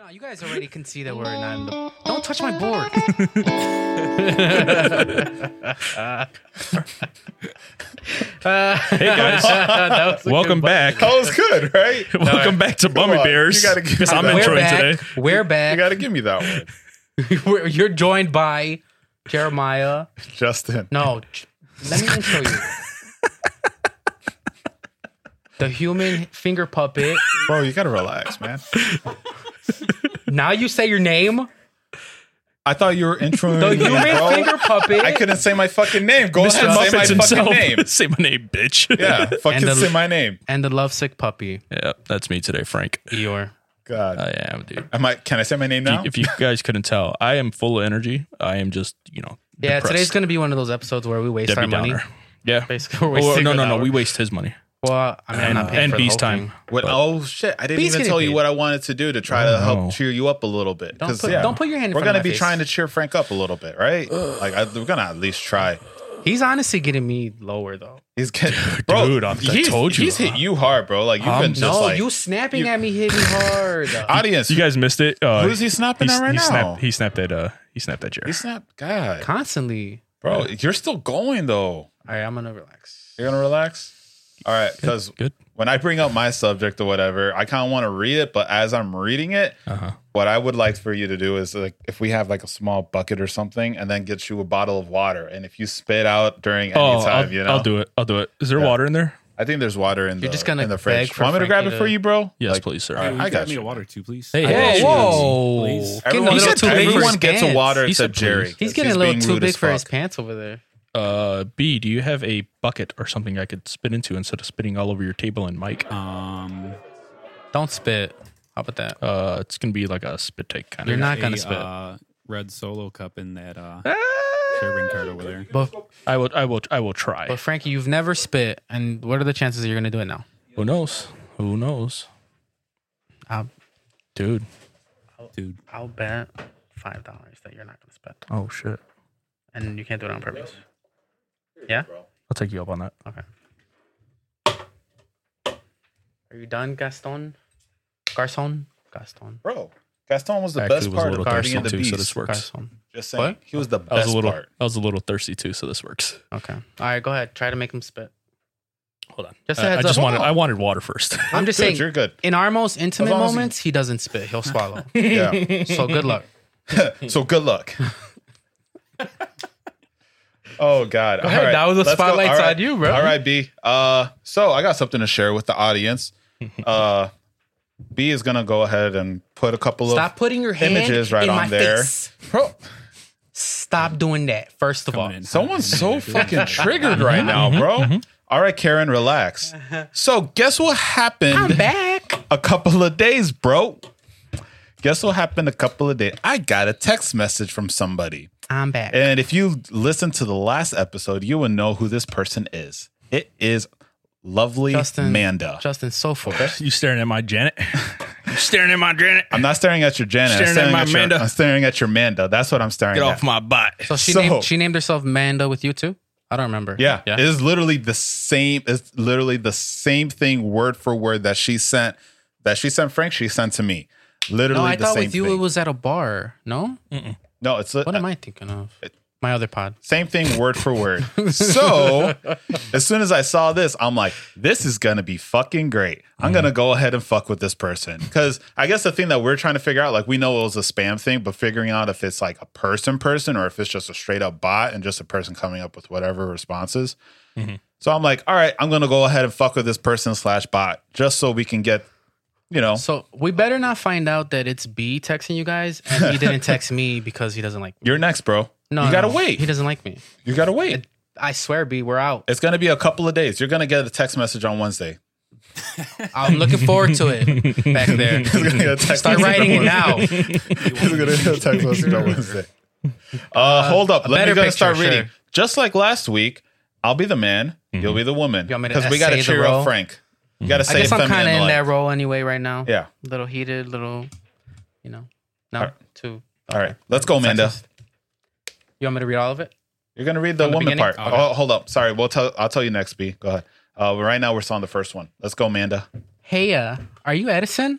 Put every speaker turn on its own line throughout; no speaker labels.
on, you guys already can see that we're not. In the... Don't touch my board.
Hey guys, welcome back.
That was good, right?
welcome back to Bummy
on,
Bears.
you gotta give
Because
me
I'm
that.
we're
introing
back.
today.
We're
You
back.
got to give me that one,
We're- you're joined by Jeremiah.
Justin.
No, j- let me intro you. The human finger puppet.
Bro, you got to relax, man.
Now you say your name.
I thought you were introing
The
me,
human
bro.
finger puppet.
I couldn't say my fucking name. Go
Mr.
ahead and say my
Muffins himself.
fucking name.
say my name, bitch.
Yeah, fucking
And the-
say my name.
and the lovesick puppy,
Yeah, that's me today, Frank.
Eeyore.
God.
I am, dude.
Am I, can I say my name now?
If you guys couldn't tell, I am full of energy. I am just, you know,
Yeah,
depressed.
today's gonna be one of those episodes where we waste
Debbie
our money.
Downer. Yeah.
Basically, we're
Or,
wasting
no, no, no.
our-
We waste his money
Well, I mean, I'm
and,
not paying
and
for the
B's
whole
time.
thing.
What, oh shit! I didn't
Bees
even
getting
tell you
paid.
what I wanted to do to try
Oh,
to help
no.
cheer you up a little bit.
Don't
'Cause,
put,
yeah,
don't put your hand. In
we're
front
gonna
of
be
my face.
trying to cheer Frank up a little bit, right? Like I, we're gonna at least try.
He's honestly getting me lower though.
He's getting, bro.
dude, I'm- I
he's-
told you.
he's hit you hard, bro. Like you've
Um,
been just
No,
like
you snapping
you-
at me hit me hard.
audience.
You guys missed it. Uh,
who's he snapping
he,
at right
he
now?
Snapped, he snapped that. Uh, he snapped that chair.
He snapped. God,
Constantly.
bro, you're still going though.
All right, I'm gonna relax.
You're gonna relax. All right, because
Good.
when I bring up my subject or whatever, I kind of want to read it, but as I'm reading it,
Uh huh.
what I would like for you to do is like if we have like a small bucket or something, and then get you a bottle of water, and if you spit out during any
Oh,
time,
I'll,
you know,
I'll do it. I'll do it. Is there
Yeah.
water in there?
I think there's water in
You're
the
just gonna
in the
beg
fridge.
for
Want me to grab
Frankie
it for
to-
you, bro?
Yes,
Like,
please, sir.
All right, I
I
got
got me a
you.
water too, please.
Hey,
Whoa,
hey,
whoa! Getting
Please.
a
Everyone,
little
said,
too big for
everyone
his
gets a
pants.
water
He said
except Jerry.
please.
He's
'cause
getting a little
being
too
rude
big
as
for his
fuck.
pants over there.
Uh, B, do you have a bucket or something I could spit into instead of spitting all over your table and mic?
Um,
Don't spit. How about that?
Uh, it's gonna be like a spit take kind
You're
of.
not gonna
a,
spit.
Uh, red solo cup in that uh, serving card over there.
But
I will. I will. I will try.
but Frankie, you've never spit, and what are the chances that you're gonna do it now?
Who knows? Who knows,
I'll,
dude?
Dude,
I'll bet five dollars that you're not gonna spit,
Oh shit!
and you can't do it on purpose.
I'll take you up on that.
Okay. Are you done, Gaston? Garcon? Gaston.
Bro, Gaston was the
I
best
was a
part
little
of Party
thirsty
and the
too, so
Beast.
this works.
Garcon.
Just saying,
What?
he was the
I was
best
a little.
part.
I was a little thirsty too, so this works.
Okay. All right, go ahead. Try to make him spit.
Hold on.
Uh,
Just a
Uh, I,
heads
I just
up.
wanted. I wanted water first.
I'm just
Good,
saying,
you're good.
in our most intimate
long as he-
moments, he doesn't spit. He'll swallow.
Yeah.
so good luck.
so good luck. oh God! All
ahead, that was the
Let's go.
spotlight's
All right.
on you, bro.
All right, B. Uh, so I got something to share with the audience. Uh, B is gonna go ahead and put a couple
Stop
of
putting your hand
images right
in
on
my
there.
face.
Bro,
Stop doing that. First of all,
in.
Someone's so fucking triggered right now, bro. Mm-hmm, All right, Karen, relax. So, guess what happened?
Uh-huh. I'm back.
a couple of days, bro. Guess what happened a couple of days? I got a text message from somebody.
I'm back.
And if you listen to the last episode, you will know who this person is. It is lovely
Justin.
Manda.
Justin, so forth.
you staring at my Janet? you staring at my Janet?
I'm not staring at your Janet.
Staring at
I'm, staring
my
at your,
Manda.
I'm staring at your Manda. That's what I'm staring
Get
at.
off my butt.
So she
So-
named she named herself Manda with you too. I don't remember.
Yeah,
yeah.
it is literally the same. It's literally the same thing, word for word, that she sent. That she sent Frank. She sent to me. Literally
no, I
the
thought
same
with you
thing.
it was at a bar. No,
no, it's
what am I thinking of? My other pod.
same thing, word for word. so as soon as I saw this, I'm like, this is gonna be fucking great. I'm gonna go ahead and fuck with this person because I guess the thing that we're trying to figure out, like, we know it was a spam thing, but figuring out if it's like a person, person, or if it's just a straight up bot and just a person coming up with whatever responses.
Mm-hmm.
So I'm like, all right, I'm gonna go ahead and fuck with this person slash bot just so we can get, you know,
So we better not find out that it's B texting you guys and he didn't text me because he doesn't like me.
you're next, bro.
No,
you gotta
no,
wait.
He doesn't like me.
You gotta wait.
I swear, B, we're out.
It's gonna be a couple of days. You're gonna get a text message on Wednesday.
I'm looking forward to it back there.
It's gonna get a text
Start
message on
writing it
Wednesday.
now.
He's gonna get a text message on Wednesday. Uh, hold up. Let
better
me go
picture,
start reading.
sure. Mm-hmm.
Just like last week, I'll be the man. You'll be the woman.
You want me to
Because we gotta
essay the
cheer
role? Mm-hmm.
up Frank. You gotta
I
say
guess I'm
feminine.
kind of in
like-
that role anyway right now.
Yeah.
Little heated, little, you know, not too.
All right. Let's go, Amanda.
Sexist. You want me to read all of it?
You're gonna read the
From the
woman
beginning?
part.
Okay.
Oh, hold up. Sorry. We'll tell. I'll tell you next. B. Go ahead. Uh, but right now we're still on the first one. Let's go, Amanda.
Hey, uh, are you Edison?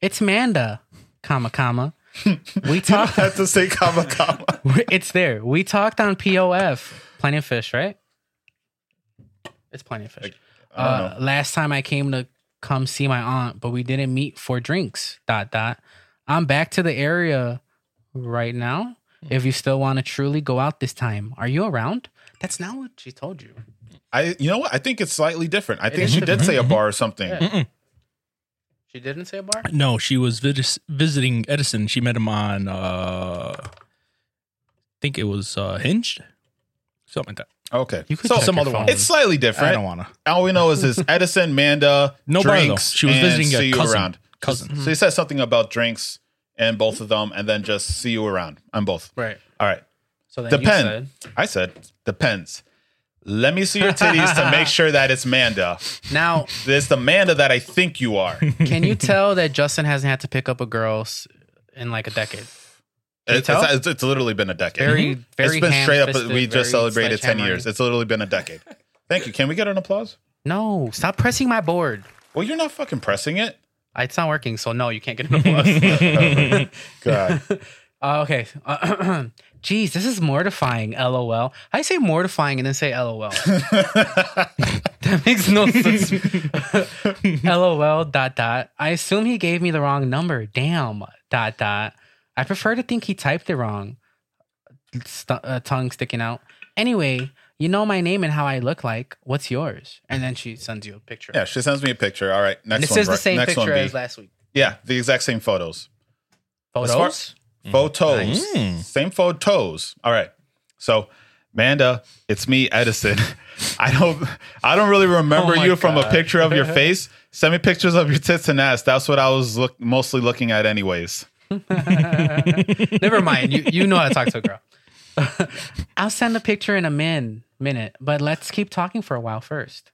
It's Manda. comma comma. We talked.
have to say comma comma.
it's there. We talked on POF Plenty of Fish, right? It's Plenty of Fish.
I don't
Uh, last time I came to come see my aunt, but we didn't meet for drinks. Dot dot. I'm back to the area right now.
Hmm.
If you still want to truly go out this time, are you around? That's not what she told you.
I you know what? I think it's slightly different. I
It
think
is
she did
different.
say a bar or something.
Yeah. She didn't say a bar.
No, she was vis- visiting Edison. She met him on, uh, I think it was uh, Hinged, something like that.
Okay.
You could
So
check
some
your
other one.
phone.
it's slightly
I
different.
don't want to.
All we know is this Edison, Manda,
No bar though.
drinks.
She was
and
visiting
see
a
you
cousin.
around.
Cousin.
So he said something about drinks and both of them, and then just see you around on both.
right.
All right.
So then you said,
Depend. I said depends. Let me see your titties to make sure that it's Manda.
now
It's the Manda that I think you are.
Can you tell that Justin hasn't had to pick up a girl s- in like a decade?
It's,
tell?
it's, it's literally been a decade.
Very, very.
it's been straight up.
ham-fisted, very
We just celebrated ten
sledgehammer.
years. It's literally been a decade. Thank you. Can we get an applause?
No, stop pressing my board.
Well, you're not fucking pressing it.
It's not working, so no, you can't get an applause.
God.
uh, okay. Uh, Jeez, this is mortifying. LOL. I say mortifying and then say LOL. that makes no sense. LOL. Dot dot. I assume he gave me the wrong number. Damn. Dot dot. I prefer to think he typed it wrong. St- uh, tongue sticking out. Anyway, you know my name and how I look like. What's yours? And then she sends you a picture.
yeah, she sends me a picture. All right, next
and this
one.
is the
Bri-
same
next
picture
one, B.
as last week.
yeah, the exact same photos.
Photos.
As far-
Mm.
Photos. Same photos. All right. So, Manda, it's me, Edison. I don't I don't really remember
Oh my
you from a
God.
picture of your face. Send me pictures of your tits and ass. That's what I was look, mostly looking at anyways.
Never mind. You you know how to talk to a girl. I'll send a picture in a min minute, but let's keep talking for a while first.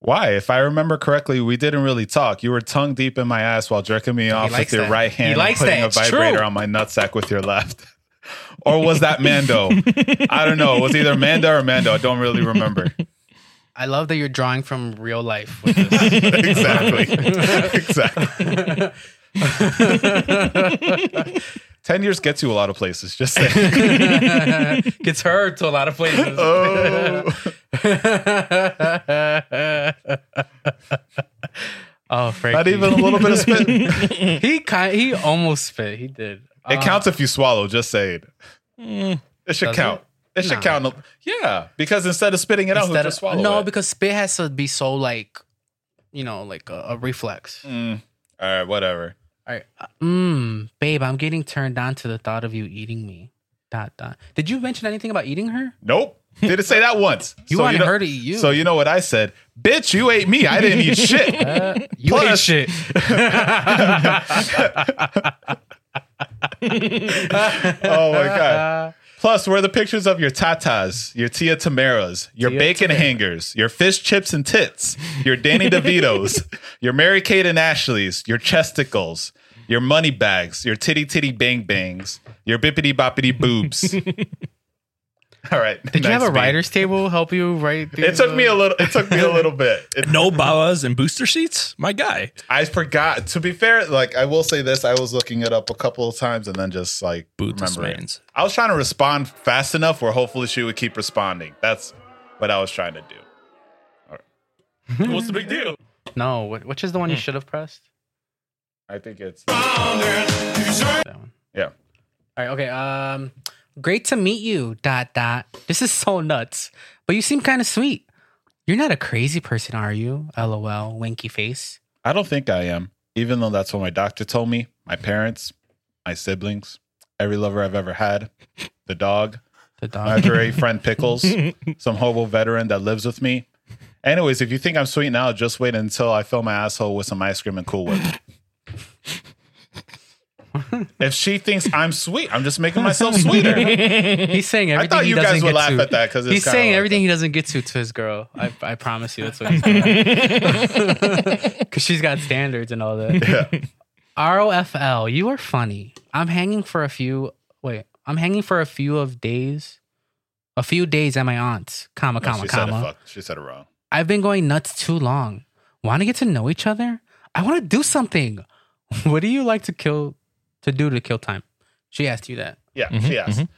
Why? If I remember correctly, we didn't really talk. You were tongue deep in my ass while jerking me off with
likes
your
that.
right
He
hand and
likes
putting
that.
a
It's true.
vibrator on my nutsack with your left. or was that Mando? I don't know. It was either Manda or Mando. I don't really remember.
I love that you're drawing from real life. With this.
exactly. exactly. Ten years gets you a lot of places. Just saying.
Gets her to a lot of places.
Oh.
oh,
Not
Frankie.
even a little bit of spit. It
he kind, he almost spit. He did. Uh,
counts if you swallow. Just saying.
Mm.
It should
Does
count. It, should
No.
count. Yeah, because instead of spitting it out, he'll
instead
just
of-
swallow
no,
it.
because spit has to be so like, you know, like a, a reflex.
All right, whatever.
All right. Uh, Mm, babe, I'm getting turned on to the thought of you eating me. Dot dot. Did you mention anything about eating her?
Nope. Didn't say that once.
You
so
wanted
know-
her to eat you.
So you know what I said? Bitch, you ate me. I didn't eat shit.
Uh, you
Plus-
ate shit.
Oh my god. Plus, where are the pictures of your tatas, your Tia Tamaras, your bacon hangers, your fish chips and tits, your Danny DeVitos, your Mary Kate and Ashley's, your chesticles, your money bags, your titty titty bang bangs, your bippity boppity boobs. All right.
Did you have a
writer?
writer's table help you write?
It took me a little. It took me a little bit. It-
No Bawas and booster seats? My guy.
I forgot. To be fair, like I will say this, I was looking it up a couple of times and then just like
Bootless
remembering.
mans.
I was trying to respond fast enough where hopefully she would keep responding. That's what I was trying to do.
What's the big deal?
No, wh- which is the one you should have pressed?
I think it's
That one.
yeah.
All right. Okay. Um, great to meet you. Dot dot. This is so nuts, but you seem kind of sweet. You're not a crazy person, are you? LOL. Winky face.
I don't think I am, even though that's what my doctor told me, my parents, my siblings, every lover I've ever had, the dog,
The
my
dog.
imaginary friend Pickles, some hobo veteran that lives with me. Anyways, if you think I'm sweet now, just wait until I fill my asshole with some ice cream and Cool Whip. if she thinks I'm sweet, I'm just making myself sweeter.
He's saying
I
everything.
thought you
he doesn't
guys would
get
laugh
to.
at that because
He's saying everything he doesn't get to to his girl. I, I promise you, that's what he's doing. Because she's got standards and all that. ROFL, you are funny. I'm hanging for a few. Wait, I'm hanging for a few of days. A few days at my aunt's, comma, comma,
she
comma.
Said it, fuck. She said it wrong.
I've been going nuts too long. Want to get to know each other? I want to do something. What do you like to kill to do to kill time? She asked you that.
Yeah,
Mhm,
she asked.
mm-hmm.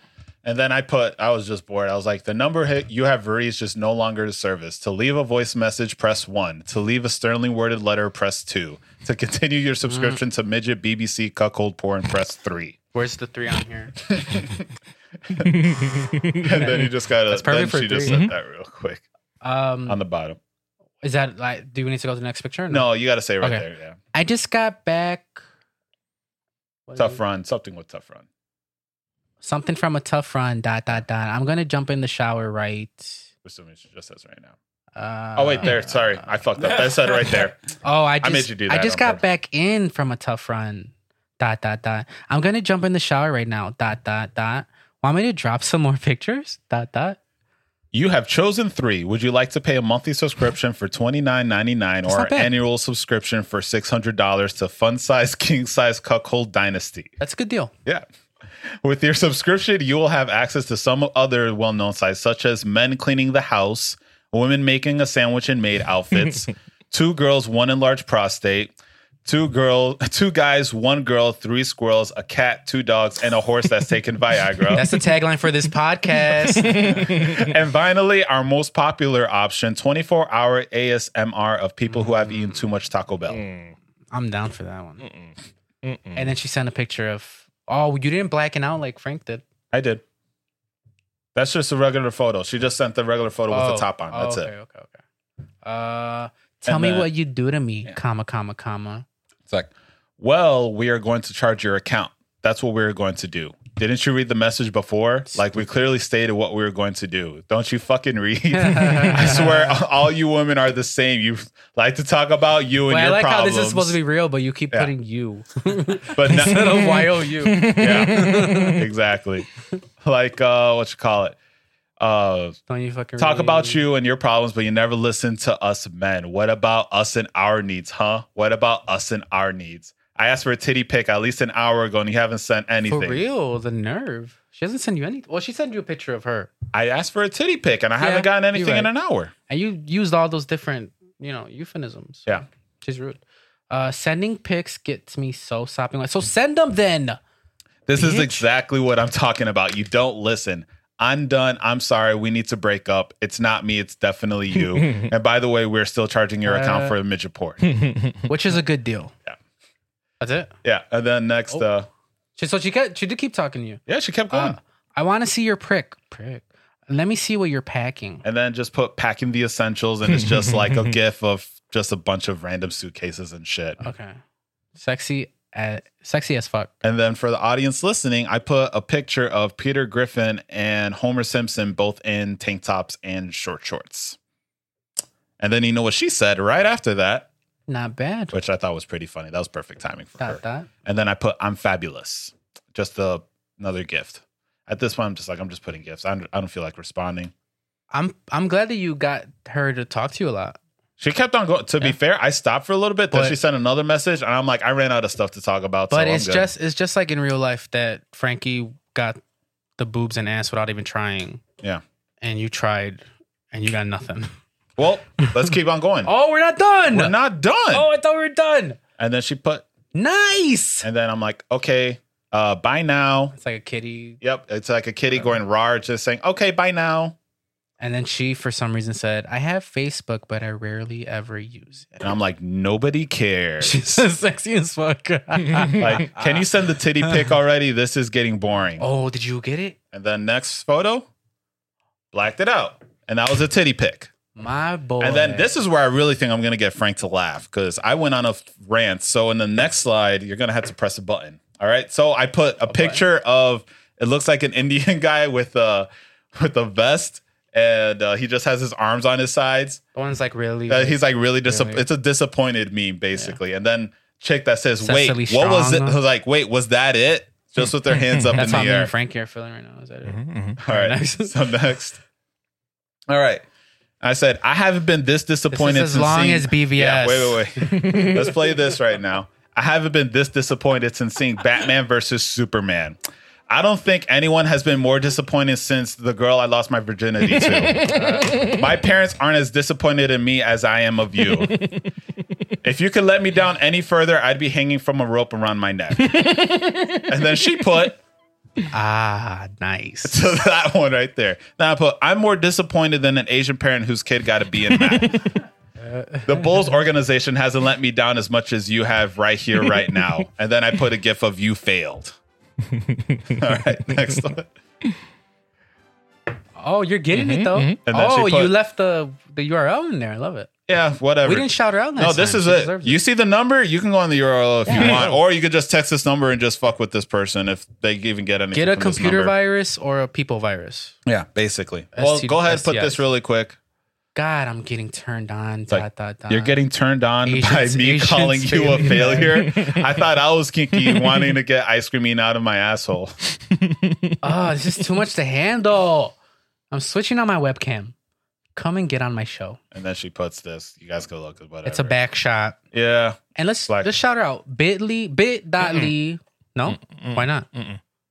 And then I put, I was just bored. I was like, the number hit you have reached is no longer in service. To leave a voice message, press one. To leave a sternly worded letter, press two. To continue your subscription to midget BBC cuckold porn, press three.
Where's the three on here?
And then you just got to,
That's perfect
then
for Mm-hmm.
she just
three.
said that real quick on
Um,
the bottom.
is that like? Do we need to go to the next picture? or
No, you got to say right
Okay.
there. Yeah.
I just got back. what is
Tough
it?
run, something with tough run.
Something from a tough run. Dot dot dot. I'm gonna jump in the shower. Right.
Which somebody just says right now.
Uh,
Oh, wait, there. Sorry. I fucked up. I said right there.
Oh, I just
made you do
I
that
just
on
got
purpose.
back in from a tough run. Dot dot dot. I'm gonna jump in the shower right now. Dot dot dot. Want me to drop some more pictures? Dot dot.
You have chosen three. Would you like to pay a monthly subscription for twenty nine ninety nine
That's
or
not
an
bad.
annual subscription for six hundred dollars to Fun Size King Size Cuckold Dynasty?
That's a good deal.
Yeah. With your subscription, you will have access to some other well known sites, such as men cleaning the house, women making a sandwich and maid outfits, two girls, one enlarged prostate, two girl, two guys, one girl, three squirrels, a cat, two dogs, and a horse that's taken Viagra.
That's the tagline for this podcast.
and finally, our most popular option 24 hour ASMR of people who have eaten too much Taco Bell.
Mm. I'm down for that one. And then she sent a picture of. Oh, you didn't blacken out like Frank did.
I did. That's just a regular photo. She just sent the regular photo with
Oh.
the top on. That's
oh,
it.
okay, Okay, okay, Uh, tell
And
me
then-
what you do to me, comma, comma, comma.
It's like, well, we are going to charge your account. That's what we are going to do. Didn't you read the message before? Like, we clearly stated what we were going to do. Don't you fucking read? I swear, all you women are the same. You like to talk about you and
Wait, I
your
like how
problems.
this is supposed to be real, but you keep
Yeah.
putting you
but no-
instead of Y O U.
yeah, exactly. Like uh, what you call it? Uh,
Don't you fucking
talk
read.
about you and your problems, but you never listen to us men. What about us and our needs, huh? What about us and our needs? I asked for a titty pic at least an hour ago, and you haven't sent anything.
For real, the nerve. She doesn't send you anything. Well, she sent you a picture of her,
I asked for a titty pic, and I
Yeah,
haven't gotten
you're
anything in
right.
an hour.
and you used all those different, you know, euphemisms.
Yeah.
she's rude. Uh, sending pics gets me so sopping wet. So send them then.
This is
Bitch.
exactly what I'm talking about. You don't listen. I'm done. I'm sorry. We need to break up. It's not me. It's definitely you. and by the way, we're still charging your account
Uh,
for the midget port.
which is a good deal.
Yeah.
that's it.
yeah. And then
Oh.
next, uh,
She, so she kept, she did keep talking to you.
yeah, she kept going.
Uh, I want to see your prick. Prick. Let me see what you're packing.
and then just put packing the essentials and it's just like a gif of just a bunch of random suitcases and shit
Okay. Sexy, as, sexy as fuck.
and then for the audience listening i put a picture of peter griffin and homer simpson both in tank tops and short shorts and then you know what she said right after that
Not bad.
which i thought was pretty funny that was perfect timing for her
Dot dot.
and then i put i'm fabulous just a, another gift at this point i'm just like i'm just putting gifts I don't, I don't feel like responding
I'm I'm glad that you got her to talk to you a lot.
She kept on going. To be fair, I stopped for a little bit.
But-
then she sent another message, and I'm like, I ran out of stuff to talk about.
But
so I'm
it's
good.
just it's just like in real life that Frankie got the boobs and ass without even trying.
Yeah.
And you tried and you got nothing.
well, let's keep on going.
Oh, we're not done.
We're not done.
oh, I thought we were done.
And then she put,
Nice.
and then I'm like, okay, uh, bye now.
It's like a kitty.
Yep, it's like a kitty going rar, just saying, okay, bye now.
And then she, for some reason, said, I have Facebook, but I rarely ever use it.
And I'm like, nobody cares.
She's sexy as fuck.
like, can you send the titty pic already? This is getting boring.
Oh, did you get it?
And then next photo, blacked it out, and that was a titty pic.
My boy.
And then this is where I really think I'm going to get Frank to laugh because I went on a f- rant. So in the next slide, you're going to have to press a button. All right. So I put a, picture of it looks like an Indian guy with a with a vest, and uh, he just has his arms on his sides.
The one's like really.
Uh, he's like really dis-
Really?
It's a disappointed meme basically. And then chick that says, "Wait,
Cecily
what was it?"
Strong.
I was like, "Wait, was that it?" Just with their hands up in
that's how
the
me
air. Mm-hmm.
and Frankie are feeling right now. Is that it?
All right.
Next.
So next. All right. I said I haven't been this disappointed
as
since
long
seeing-
as BVS.
Yeah, wait, wait, wait. Let's play this right now. I haven't been this disappointed since seeing Batman versus Superman. I don't think anyone has been more disappointed since the girl I lost my virginity to. my parents aren't as disappointed in me as I am of you. if you could let me down any further, I'd be hanging from a rope around my neck. and then she put
Ah, nice.
to that one right there. Now I put, I'm more disappointed than an Asian parent whose kid got a B in math. the Bulls organization hasn't let me down as much as you have right here, right now. And then I put a gif of you failed. All right, next one.
Oh, you're getting it though.
Mm-hmm, And then she
Oh,
put-
you left the the URL in there. I love it.
Yeah, whatever.
We didn't shout her out.
no,
last
this
time.
is
She
it.
deserves
You see the number? You can go on the URL if you
Yeah.
want, or you could just text this number and just fuck with this person if they even get anything.
get a
from this
computer
number.
virus or a people virus.
Yeah, basically.
ST
well, go ahead, put
STIs.
this really quick.
God, I'm getting turned on. Dot,
like,
dot, dot.
You're getting turned on
Asians-
by me
Asians
calling you a
failing.
failure. I thought I was kinky, wanting to get ice cream eaten out of my asshole.
Oh, it's just too much to handle. I'm switching on my webcam. Come and get on my show.
And then she puts this. You guys go look at whatever.
It's a back shot.
Yeah,
And let's
Black-
let's shout her out. Bitly bit.ly.
Mm,
No? Why not?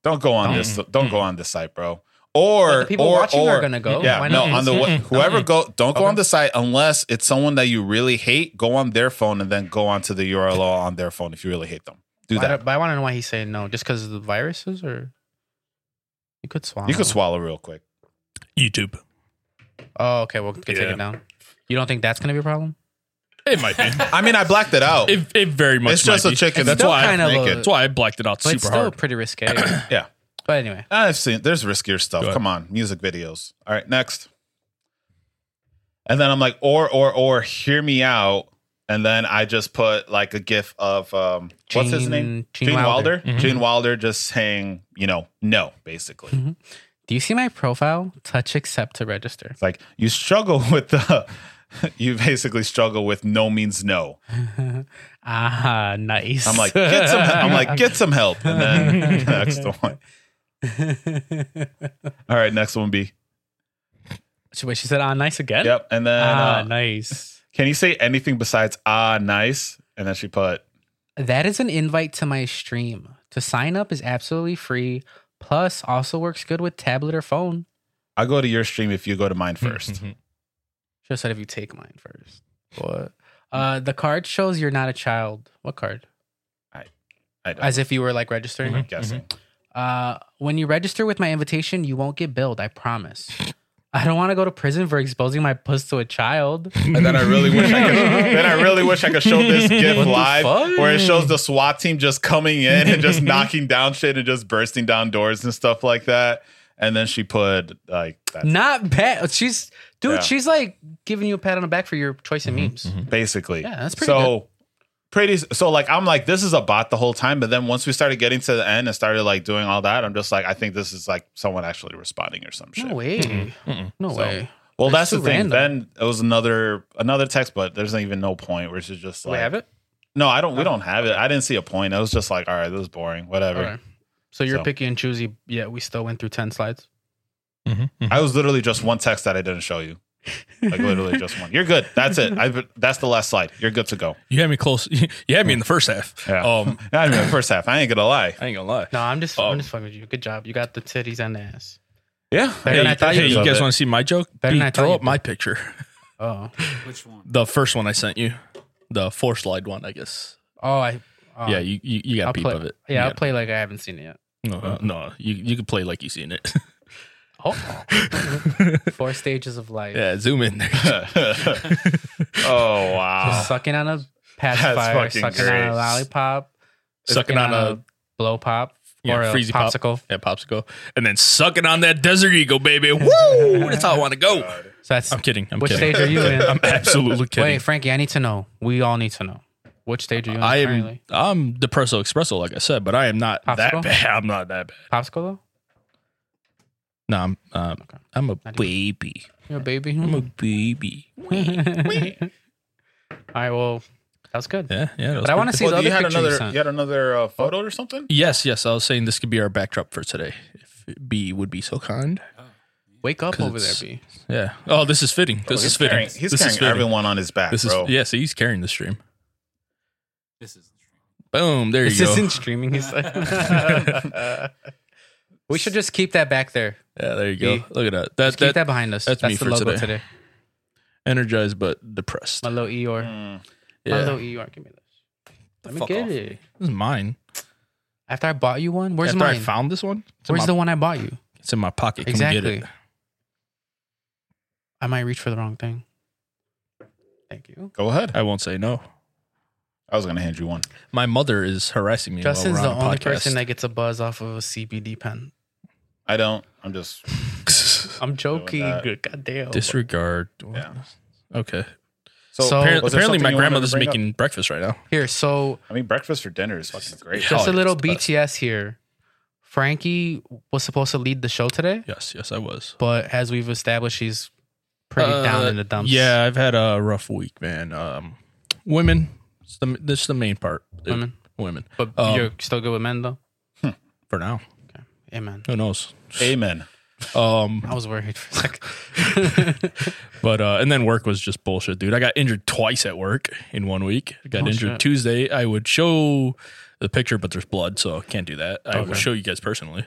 don't go on this. Don't go on this site, bro. Or
The people
or,
watching
or
are gonna go.
Yeah,
Why
no.
not?
On the whoever go, don't go on the site unless it's someone that you really hate. Go on their phone and then go onto the URL on their phone if you really hate them. Do
But I-
that.
But I want to know why he's saying no. Just because of the viruses or you could swallow.
You can swallow real quick.
YouTube.
Oh, okay. Well, we can take
Yeah.
it down. You don't think that's gonna be a problem?
It might be.
I mean, I blacked it out.
It, it very much.
it's just
might
a
be.
chicken.
That's
Still
why.
kind of
naked.
a-
that's why I blacked it out
But it's
super
still
hard.
pretty risque.
Yeah.
But anyway,
I've seen there's riskier
Go
stuff.
ahead.
Come on, music videos. All right, next. And then I'm like, or or or hear me out. And then I just put like a gif of um what's his
Gene-
name?
Gene Wilder.
Mhm.
Gene Wilder just saying, you know, no, basically.
do you see my profile? Touch accept to register.
It's like you struggle with the you basically struggle with no means no.
Ah, nice.
I'm like, get some I'm like, get some help. And then next one. All right, next one B.
She- Wait, she said ah nice again?
Yep. And then
Ah,
uh,
nice.
Can you say anything besides ah nice? And then she put
That is an invite to my stream. To sign up is absolutely free. Plus, also works good with tablet or phone.
I'll go to your stream if you go to mine first.
Mm-hmm. Should have said if you take mine first. What? Uh, the card shows you're not a child. What card?
I don't Mm-hmm.
As if you were like registering.
I'm guessing.
Uh, when you register with my invitation, you won't get billed. I promise. I don't want to go to prison for exposing my puss to a child.
And then I really wish I could then I really wish I could show this gif live
Mm-hmm. fuck?
where it shows the SWAT team just coming in and just knocking down shit and just bursting down doors and stuff like that. And then she put like that's
Not bad. She's dude.
Yeah. Mm-hmm.
She's like giving you a pat on the back for your choice in memes.
basically.
Mm. Yeah, that's pretty
so pretty so like I'm like this is a bot the whole time, but then once we started getting to the end and started like doing all that, I'm just like I think this is like someone actually responding or some shit.
No way. No
Mm-hmm. So-
way.
Well,
That's
that's,
too
the thing.
random.
Then it was another another text, but there's not even no point. We're just just
Do
like
we have it?
No, I don't. We don't have it. I didn't see a point. I was just like, all right, this is boring. Whatever.
All right. So you're
So-
picky and choosy. Yeah, we still went through ten slides.
Mm-hmm.
I was literally just one text that I didn't show you. Like literally just one. You're good. That's it. I, that's the last slide. You're good to go.
You had me close. You had me in the first half.
Yeah.
Um,
Not even the first half. I ain't gonna lie.
I ain't gonna lie.
No, I'm just
Um,
I'm just fucking with you. Good job. You got the titties and the ass.
Yeah.
Better than I thought
hey,
you
you
would.
guys want to see my joke?
Better
Dude,
than I thought
throw
you
up my picture.
Oh,
Which one?
The first one I sent you, the four slide one, I guess.
oh, I. Oh.
yeah, you you, you got
I'll
a peep
play,
of it.
Yeah, I'll play like I haven't seen it yet.
No, uh, no, you you can play like you seen it.
Oh, four stages of life.
yeah, zoom in there.
oh
Ah.
wow.
Sucking on a pacifier,
fucking
sucking on a
great.
lollipop,
Sucking on a
blow pop
yeah,
or a
freezy pop.
popsicle.
Yeah, popsicle, and then sucking on that desert eagle, baby. Woo! That's how I want to go.
So that's
I'm kidding. I'm
which
kidding.
stage are you in?
I'm absolutely kidding.
Wait, Frankie, I need to know. We all need to know. Which stage are you in?
I am
currently?
I'm depresso espresso, like I said, but I am not
Popsicle?
that bad. I'm not that bad.
popsicle though.
No, I'm um, I'm a baby.
You're a baby.
I'm a baby.
All right, well, that was good.
Yeah, yeah. that was
But I
good.
want to see
Well,
the
you
other
had
picture you
another.
sent.
You had another uh, photo or something.
Yes, yes. I was saying this could be our backdrop for today. If B would be so kind.
Wake up
'Cause
over there,
it's-
B.
Yeah. Oh, this is fitting. This is
He's
fitting.
carrying, he's
this
carrying
is fitting.
everyone on his back,
This is
bro.
yeah. So he's carrying the stream.
This is
Boom. There you
This
go.
isn't streaming. He's like, We should just keep that back there.
Yeah, there you go.
See?
Look at that. That,
Just keep
that,
that behind us.
that's
That's,
me
the
for
logo
today.
today.
energized but depressed.
My little Eeyore.
Mm.
My
Yeah.
little Eeyore. Give me this. Let me
fuck
get
off.
it.
This is mine.
After I bought you one, where's
After I
mine?
found this one, it's in,
where's
my,
the one I bought you?
it's in my pocket. Come
Exactly.
get it.
I might reach for the wrong thing. Thank you.
Go ahead.
I won't say no.
I was going to hand you one.
My mother is harassing me.
Justin's
while
the
we're on
only
a podcast.
person that gets a buzz off of a CBD pen.
I don't. I'm just.
I'm joking.
that.
God damn.
disregard.
Yeah.
Okay.
So,
So-
Appar-
was
apparently,
there something
my
you wanted to
grandmother's
bring up?
making breakfast right now.
Here, so
I mean, breakfast or dinner is fucking great.
Yeah.
just
Oh,
a little
it's the best.
BTS here. Frankie was supposed to lead the show today,
Yes, yes, I was.
but as we've established, he's pretty
Uh,
down in the dumps.
Yeah, I've had a rough week, man. Um, women, it's the this is the main part.
Women?
women.
But
Um,
you're still good with men, though?
For now,
Amen.
who knows?
Amen.
Um,
I was worried for a second.
but uh, and then work was just bullshit, dude. I got injured twice at work in one week. I got
Oh,
injured
shit.
Tuesday. I would show the picture, but there's blood, so I can't do that. I will
Okay.
show you guys personally.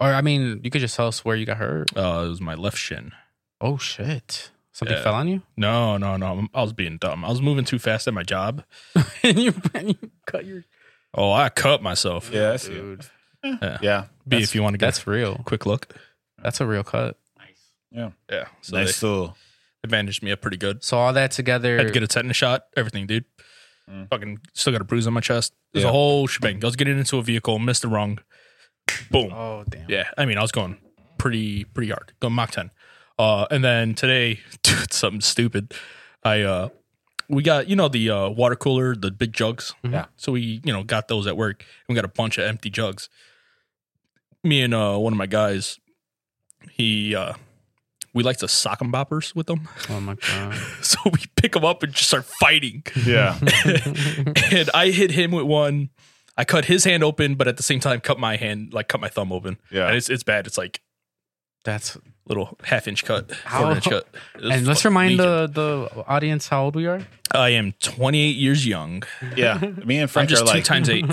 or, I mean, you could just tell us where you got hurt.
Uh, it was my left shin.
Oh, shit. Something
Yeah.
fell on you?
No, no, no. I was being dumb. I was moving too fast at my job.
and, you, and you cut your.
Oh, I cut myself.
Yeah, I see. it.
Dude,
Yeah.
B,
That's-
if you want to get
that's real.
a quick look.
That's a real cut.
Yeah. So
nice little.
they bandaged me up pretty good.
So, all that together.
Had to get a tetanus shot, everything, dude.
Mm.
Fucking still got a bruise on my chest. There's
Yeah.
a whole shebang. I was getting into a vehicle, missed the wrong. Boom.
oh, damn.
Yeah. I mean, I was going pretty, pretty hard. Going Mach 10. Uh, and then today, dude, something stupid. I, uh, we got, you know, the uh, water cooler, the big jugs.
Yeah.
So we, you know, got those at work. We got a bunch of empty jugs. Me and uh, one of my guys, he, uh, we like to sock 'em boppers with them.
Oh, my God.
So we pick them up and just start fighting.
Yeah.
and I hit him with one. I cut his hand open, but at the same time, cut my hand, like cut my thumb open.
Yeah.
And it's, it's bad. It's like
That's.
little half inch cut,
How-
quarter inch cut. It was
And let's
fucking
remind uh,
leaking.
the, the audience how old we are.
I am 28 years young.
Yeah. Me and
I'm
Frank are
just two
like
times eight.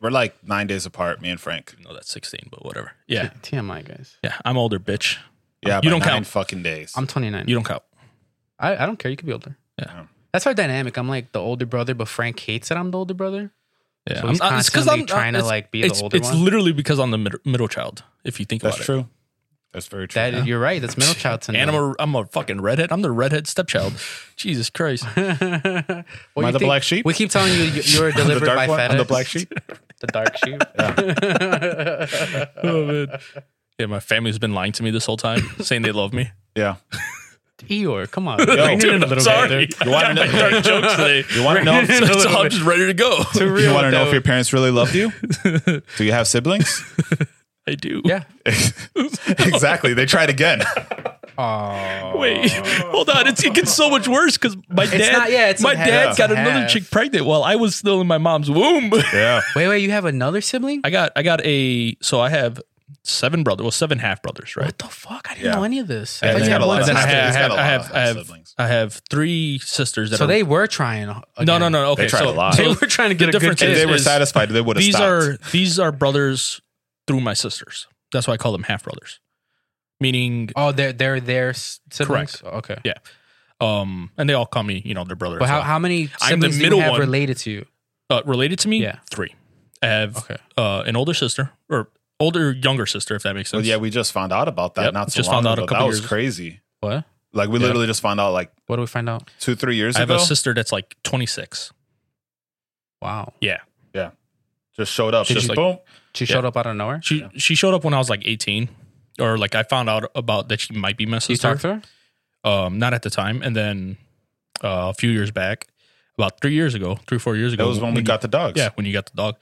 we're like nine days apart. Me and Frank.
no, that's 16, but whatever. Yeah.
TMI, guys.
Yeah. I'm older, bitch.
Yeah.
You
by
don't
nine
count.
fucking days.
I'm 29.
You don't count.
I, I don't care. You could be older.
Yeah.
That's our dynamic. I'm like the older brother, but Frank hates that I'm the older brother.
Yeah.
So he's
I'm- it's 'cause
constantly
I'm-
trying to
it's-
like be
it's,
the older
it's
one.
literally because I'm the middle, middle child, if you think
That's
about it.
true. That's very true.
That you're right. That's middle child syndrome.
And I'm a, I'm a fucking redhead. I'm the redhead stepchild. Jesus Christ.
What
Am I
you
the
think-
black sheep?
We keep telling you you- you're delivered by
one?
FedEx.
I'm the black sheep.
The dark sheep.
oh, man. Yeah, my family's been lying to me this whole time, saying they love me.
Yeah.
Eeyore, come on.
Yo,
Bring it in a little
Sorry.
bit.
You want to know?
Dark jokes today.
You want to know?
So,
If,
I'm just ready to go.
you want to know if your parents really loved you? Do you have siblings?
I do.
Yeah.
exactly. They tried again.
Oh.
Wait, hold on. It's, it gets so much worse because my dad,
not- yeah, it's
my
a half.
dad got
It's a
another
half.
chick pregnant while I was still in my mom's womb.
Yeah.
Wait, wait. You have another sibling?
I got, I got a. So I have seven brothers. Well, seven half brothers, right?
What the fuck? I didn't
Yeah.
know any of this.
Yeah,
I thought
he's
you had
got a lot
one
of
And I
sister.
half- he's
have,
got a
I
lot of
have,
half
I have,
siblings.
I have three sisters that
So
are
they were trying. Again.
No, no, no. Okay,
They tried
so
a lot.
They
so
were trying to get
the
a good
difference
kid.
If
is-
they were
is
satisfied, they would have
These
stopped.
are these are brothers through my sisters. That's why I call them half brothers. Meaning,
Oh, they're they're their s- siblings.
Correct.
Okay.
um, and they all call me, you know, their brother.
But how,
So,
how many
I'm the
siblings do
middle
you have
one.
related to you?
uh, related to me?
Yeah.
three. I have
Okay.
uh, an older sister or older younger sister, if that makes
Well,
sense.
yeah, we just found out about that.
Yep,
Not so
just
long
found out a
ago.
couple
That was
years-
crazy.
What?
Like we
Yeah.
literally just found out like
What do we find out?
two, three years
I have
ago.
a sister that's like 26.
Wow.
Yeah,
just showed up.
Did
Just
you-
boom.
She
Yeah.
showed up out of nowhere.
she she showed up when I was like 18, or like I found out about that she might be my
You
sister.
talked to her?
um, not at the time, and then uh, a few years back, about three years ago, three four years ago,
That was when we
you-
got the dogs.
yeah, when you got the dog.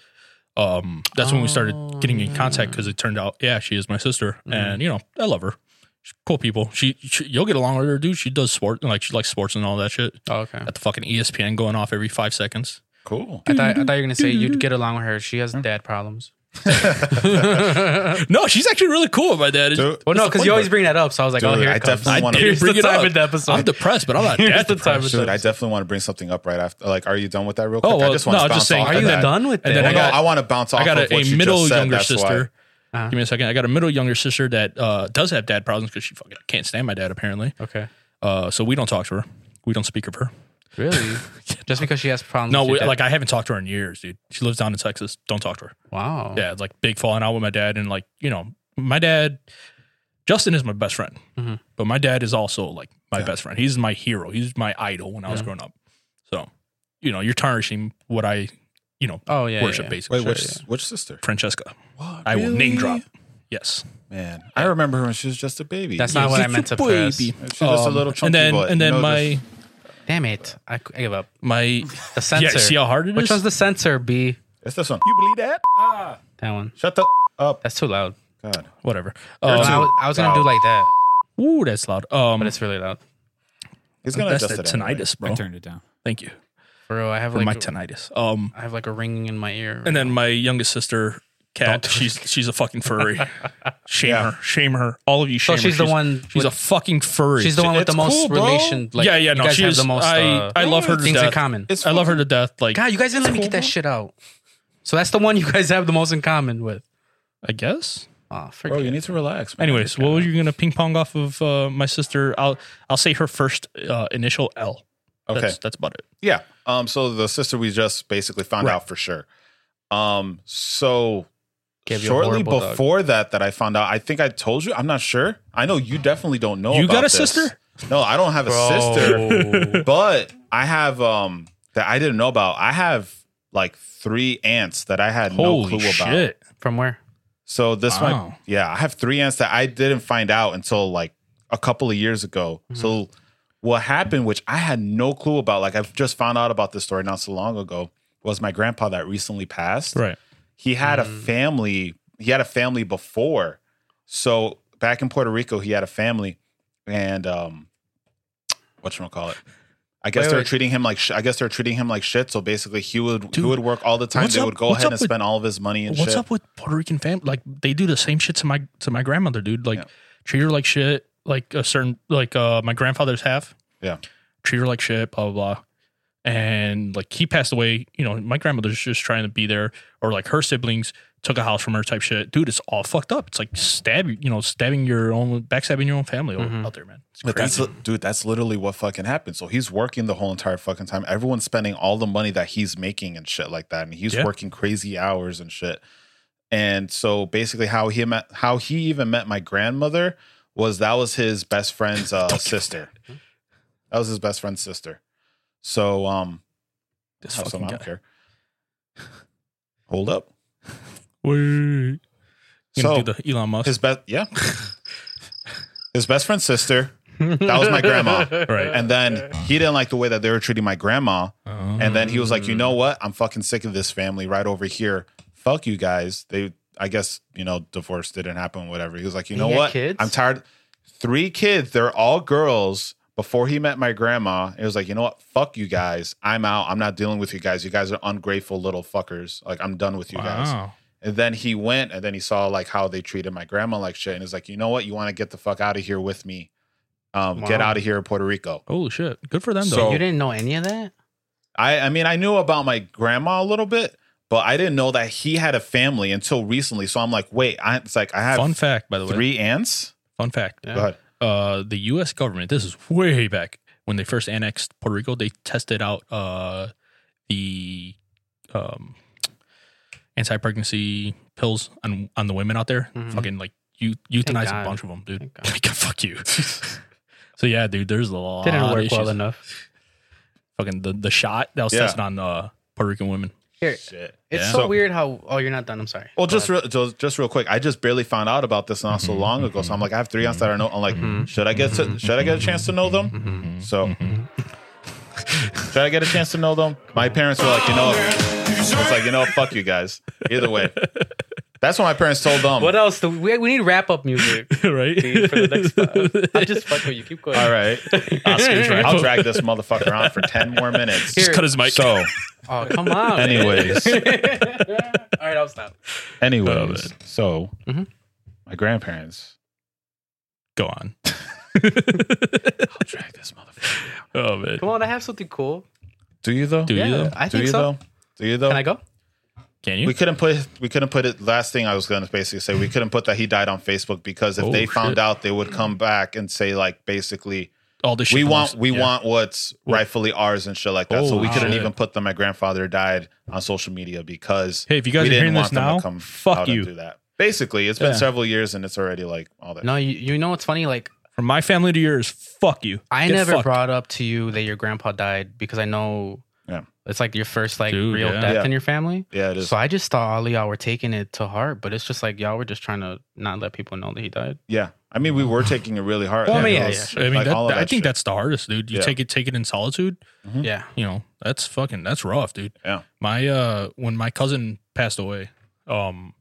Um, that's when we started
Oh,
getting in contact
yeah.
because it turned out, yeah, she is my sister,
Mm-hmm.
Mhm.
and you know, I love her. She's cool people. She, she you'll get along with her, dude. She does sport, like she likes sports and all that shit.
Oh, okay.
Got the fucking E ESPN going off every five seconds.
Cool.
I thought, I thought you were gonna say you'd get along with her. She has dad problems. well,
No, she's actually really cool. My dad is.
Dude,
no, because you always bring that up. So I was like,
Dude,
oh, here it
I
comes.
definitely wanna-
Here's
Bring
the
it
time
up.
of the episode.
I'm depressed, but I'm not
Here's
that
the time
depressed.
of
dude, I definitely want to bring something up right after. Like, are you done with that real
Oh,
quick?
well,
I just want
no, I was
to bounce
just saying-
off
Are
of
you
that.
done with
And
that?
then I
Well,
got-
I want to bounce off
I got
of
a,
what
a
you
middle
just said.
younger
That's why.
sister
Uh-huh.
Give me a second. I got a middle younger sister that uh, does have dad problems because she fucking can't stand my dad apparently.
Okay.
Uh, so we don't talk to her. We don't speak of her.
Really? Just because she has problems.
No,
with
we,
your dad.
like I haven't talked to her in years, dude. She lives down in Texas. Don't talk to her.
wow.
Yeah, it's like big falling out with my dad, and like you know, my dad, Justin is my best friend,
Mhm.
but my dad is also like my best friend. He's my hero. He's my idol when I was growing up. So, you know, you're tarnishing what I, you know,
Oh yeah.
worship
yeah,
basically.
Wait, which
yeah.
which sister?
Francesca, I will name drop. Yes,
Man, I remember her when she was just a baby.
That's not what I meant to press.
She's just a
Um,
little
and
chunky
then
boy.
and then
You know,
my
just-
Damn it! I, I give up.
my
The
yeah.
sensor.
See how hard it is.
Which one's the sensor? B.
it's this one. You believe that?
That one.
Shut the up.
That's too loud.
God.
Whatever.
No, I,
Um,
was, I was gonna do
Loud.
like that,
ooh, that's loud. Um,
but it's really loud.
He's gonna
that's
adjust
the
it anyway.
tinnitus,
I
bro.
turned it down.
Thank you
Bro, I have
for
like
my tinnitus. Um,
I have like a ringing in my ear.
And then my youngest sister, Kat,
Don't-
she's she's a fucking furry. shame her, shame her. All of you
so
shame
she's
her.
the one.
She's a
with,
fucking furry.
she's the one with
It's
the most
cool, bro.
relation. Like,
yeah, yeah,
you
no,
guys
she
have
is.
the most.
I,
uh,
I love her to
things
death.
in common.
It's
I love her to death. Like,
God, you guys didn't let me
cool,
get that
bro.
shit out. So that's the one you guys have the most in common with.
I guess.
Oh,
Bro,
forget.
you
it.
need to relax. man.
Anyways, what were you gonna ping pong off of uh, my sister? I'll I'll say her first uh, initial L.
Okay.
That's, that's about it.
Yeah. Um. So the sister we just basically found
Right.
out for sure. Um. So
Gave you a
shortly
horrible dog.
before that, that I found out. I think I told you. I'm not sure. I know you definitely don't know.
You
about
got a
this.
sister?
No, I don't have a sister.
Bro.
But I have um that I didn't know about. I have like three aunts that I had
Holy
no clue about.
shit!
From where?
So this one,
Wow.
yeah, I have three aunts that I didn't find out until like a couple of years ago.
Mm-hmm.
So what happened, which I had no clue about, like I've just found out about this story not so long ago, was my grandpa that recently passed.
Right.
He had a
Mm.
family. He had a family before. So back in Puerto Rico, he had a family, and um, what you call it? I guess
Wait,
they're
wait.
treating him like sh- I guess they're treating him like shit. So basically, he would he would work all the time.
what's
They
up-
would go
what's
ahead
up
and
with-
spend all of his money and
What's
shit.
up with Puerto Rican fam? Like they do the same shit to my to my grandmother, dude. Like
Yeah.
treat her like shit. Like a certain like uh my grandfather's half.
Yeah.
Treat her like shit. Blah blah blah. And like he passed away. You know, my grandmother's just trying to be there, or like her siblings took a house from her type shit. Dude, it's all fucked up. It's like stab you know stabbing your own backstabbing your own family o-
Mhm.
out there, man. It's
But that's
crazy.
li- dude, that's literally what fucking happened. So he's working the whole entire fucking time. Everyone's spending all the money that he's making and shit like that, and he's
Yeah.
working crazy hours and shit. And so basically, how he met, how he even met my grandmother was that was his best friend's uh, sister. That was his best friend's sister. So um,
This
have some,
fucking
I don't
guy.
care. Hold up.
Wait. You
So
gonna do the Elon Musk.
his best, yeah, his best friend's sister. That was my grandma.
right.
And then he didn't like the way that they were treating my grandma.
Um,
And then he was like, you
Mm.
know what? I'm fucking sick of this family right over here. Fuck you guys. They, I guess, you know, divorce didn't happen, whatever. He was like, you
He
know
had
what?
kids?
I'm tired. Three kids. They're all girls. Before he met my grandma, it was like, you know what? Fuck you guys. I'm out. I'm not dealing with you guys. You guys are ungrateful little fuckers. Like, I'm done with you guys.
wow.
And then he went and then he saw like how they treated my grandma like shit. And he's like, you know what? You want to get the fuck out of here with me. Um, Get
Wow.
out of here in Puerto Rico.
Holy shit! Good for them
So-
though.
You didn't know any of that?
I I mean I knew about my grandma a little bit, but I didn't know that he had a family until recently. So I'm like, wait, I, it's like I have
Fun fact, by the way.
three aunts.
Fun fact.
Yeah.
Go ahead.
Uh, the U.S. government. This is way back when they first annexed Puerto Rico. They tested out uh, the um, anti-pregnancy pills on on the women out there.
Mhm.
Fucking like you euthanize a
God.
bunch of them, dude.
Thank God.
Like, fuck you. so yeah, dude. There's a lot.
Didn't
of
work
issues.
well enough.
Fucking the, the shot that was
Yeah.
tested on uh, Puerto Rican women.
Here,
Shit.
it's
Yeah.
so,
So-
weird how. Oh, you're not done. I'm sorry.
Well,
Go
just
ahead. Mm-hmm.
real, just, just real quick, I just barely found out about this not so long ago. So I'm like, I have three aunts that I know. I'm like, should I get to, should I get a chance to know them?
Mm-hmm.
So should I get a chance to know them? My parents were like, you know, it's like you know, fuck you guys. Either way, that's what my parents told them.
what else? Do we, we need wrap up music
right.
for the next. I just fuck with you. Keep going.
All right,
Oscar's right.
I'll drag this motherfucker on for ten more minutes.
Here.
Just cut his mic.
So.
Oh, come on. man.
Anyways,
All right, I'll stop.
anyways, so
Mm-hmm.
Mhm.
my grandparents.
Go on.
I'll drag this motherfucker.
Oh man.
Come on, I have something cool.
Do you though?
Do you
Yeah,
though?
I
Do
think
you
so.
though? Do you though?
Can I go?
Can you?
We couldn't put we couldn't put it. Last thing I was going to basically say, we couldn't put that he died on Facebook because if
Oh,
they found
shit.
out, they would come back and say like basically
All this shit.
we
belongs-
want we
yeah.
want what's rightfully ours and shit like that. so
Oh,
we couldn't
shit.
even put that my grandfather died on social media because
Hey, if you guys
we
are hearing this
them
now, fuck
out and
you.
do that. Basically, it's been
Yeah.
several years and it's already like all that.
No, you, you know what's funny? Like,
From my family to yours, fuck you.
I
Get
never
fucked.
brought up to you that your grandpa died because I know
Yeah.
it's like your first like
Dude,
real
yeah.
death
Yeah.
in your family.
Yeah, it is.
So I just thought all of y'all were taking it to heart, but it's just like y'all were just trying to not let people know that he died.
yeah, I mean, we were taking it really hard.
Well, I mean,
it
yeah,
was,
I mean,
like,
that,
all of
I
that
think
shit.
that's the hardest, dude. You
Yeah.
take it, take it in solitude.
Mhm.
Yeah.
You know, that's fucking, that's rough, dude.
Yeah.
My uh, when my cousin passed away, um,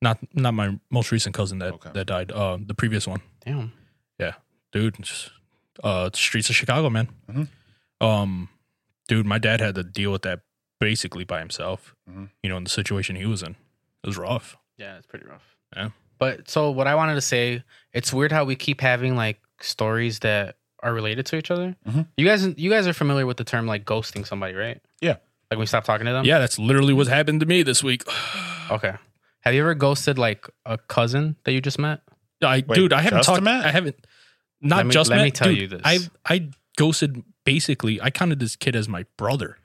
not not my most recent cousin that
Okay.
that died, uh, the previous one,
Damn.
dude. it's just, uh, it's streets of Chicago, man.
Mhm.
Um, dude, my dad had to deal with that basically by himself.
Mhm.
You know, in the situation he was in, it was rough.
Yeah, it's pretty rough.
Yeah.
But so what I wanted to say, it's weird how we keep having like stories that are related to each other.
Mm-hmm.
Mhm.
You guys, you guys are familiar with the term like ghosting somebody, right?
Yeah.
Like we stop talking to them.
Yeah, that's literally what happened to me this week.
Okay. Have you ever ghosted like a cousin that you just met?
I
Wait,
dude, I haven't
just
talked.
Matt?
I haven't. Not
Let me-
just
let
Matt.
me tell
dude,
you this.
I I ghosted basically. I counted this kid as my brother.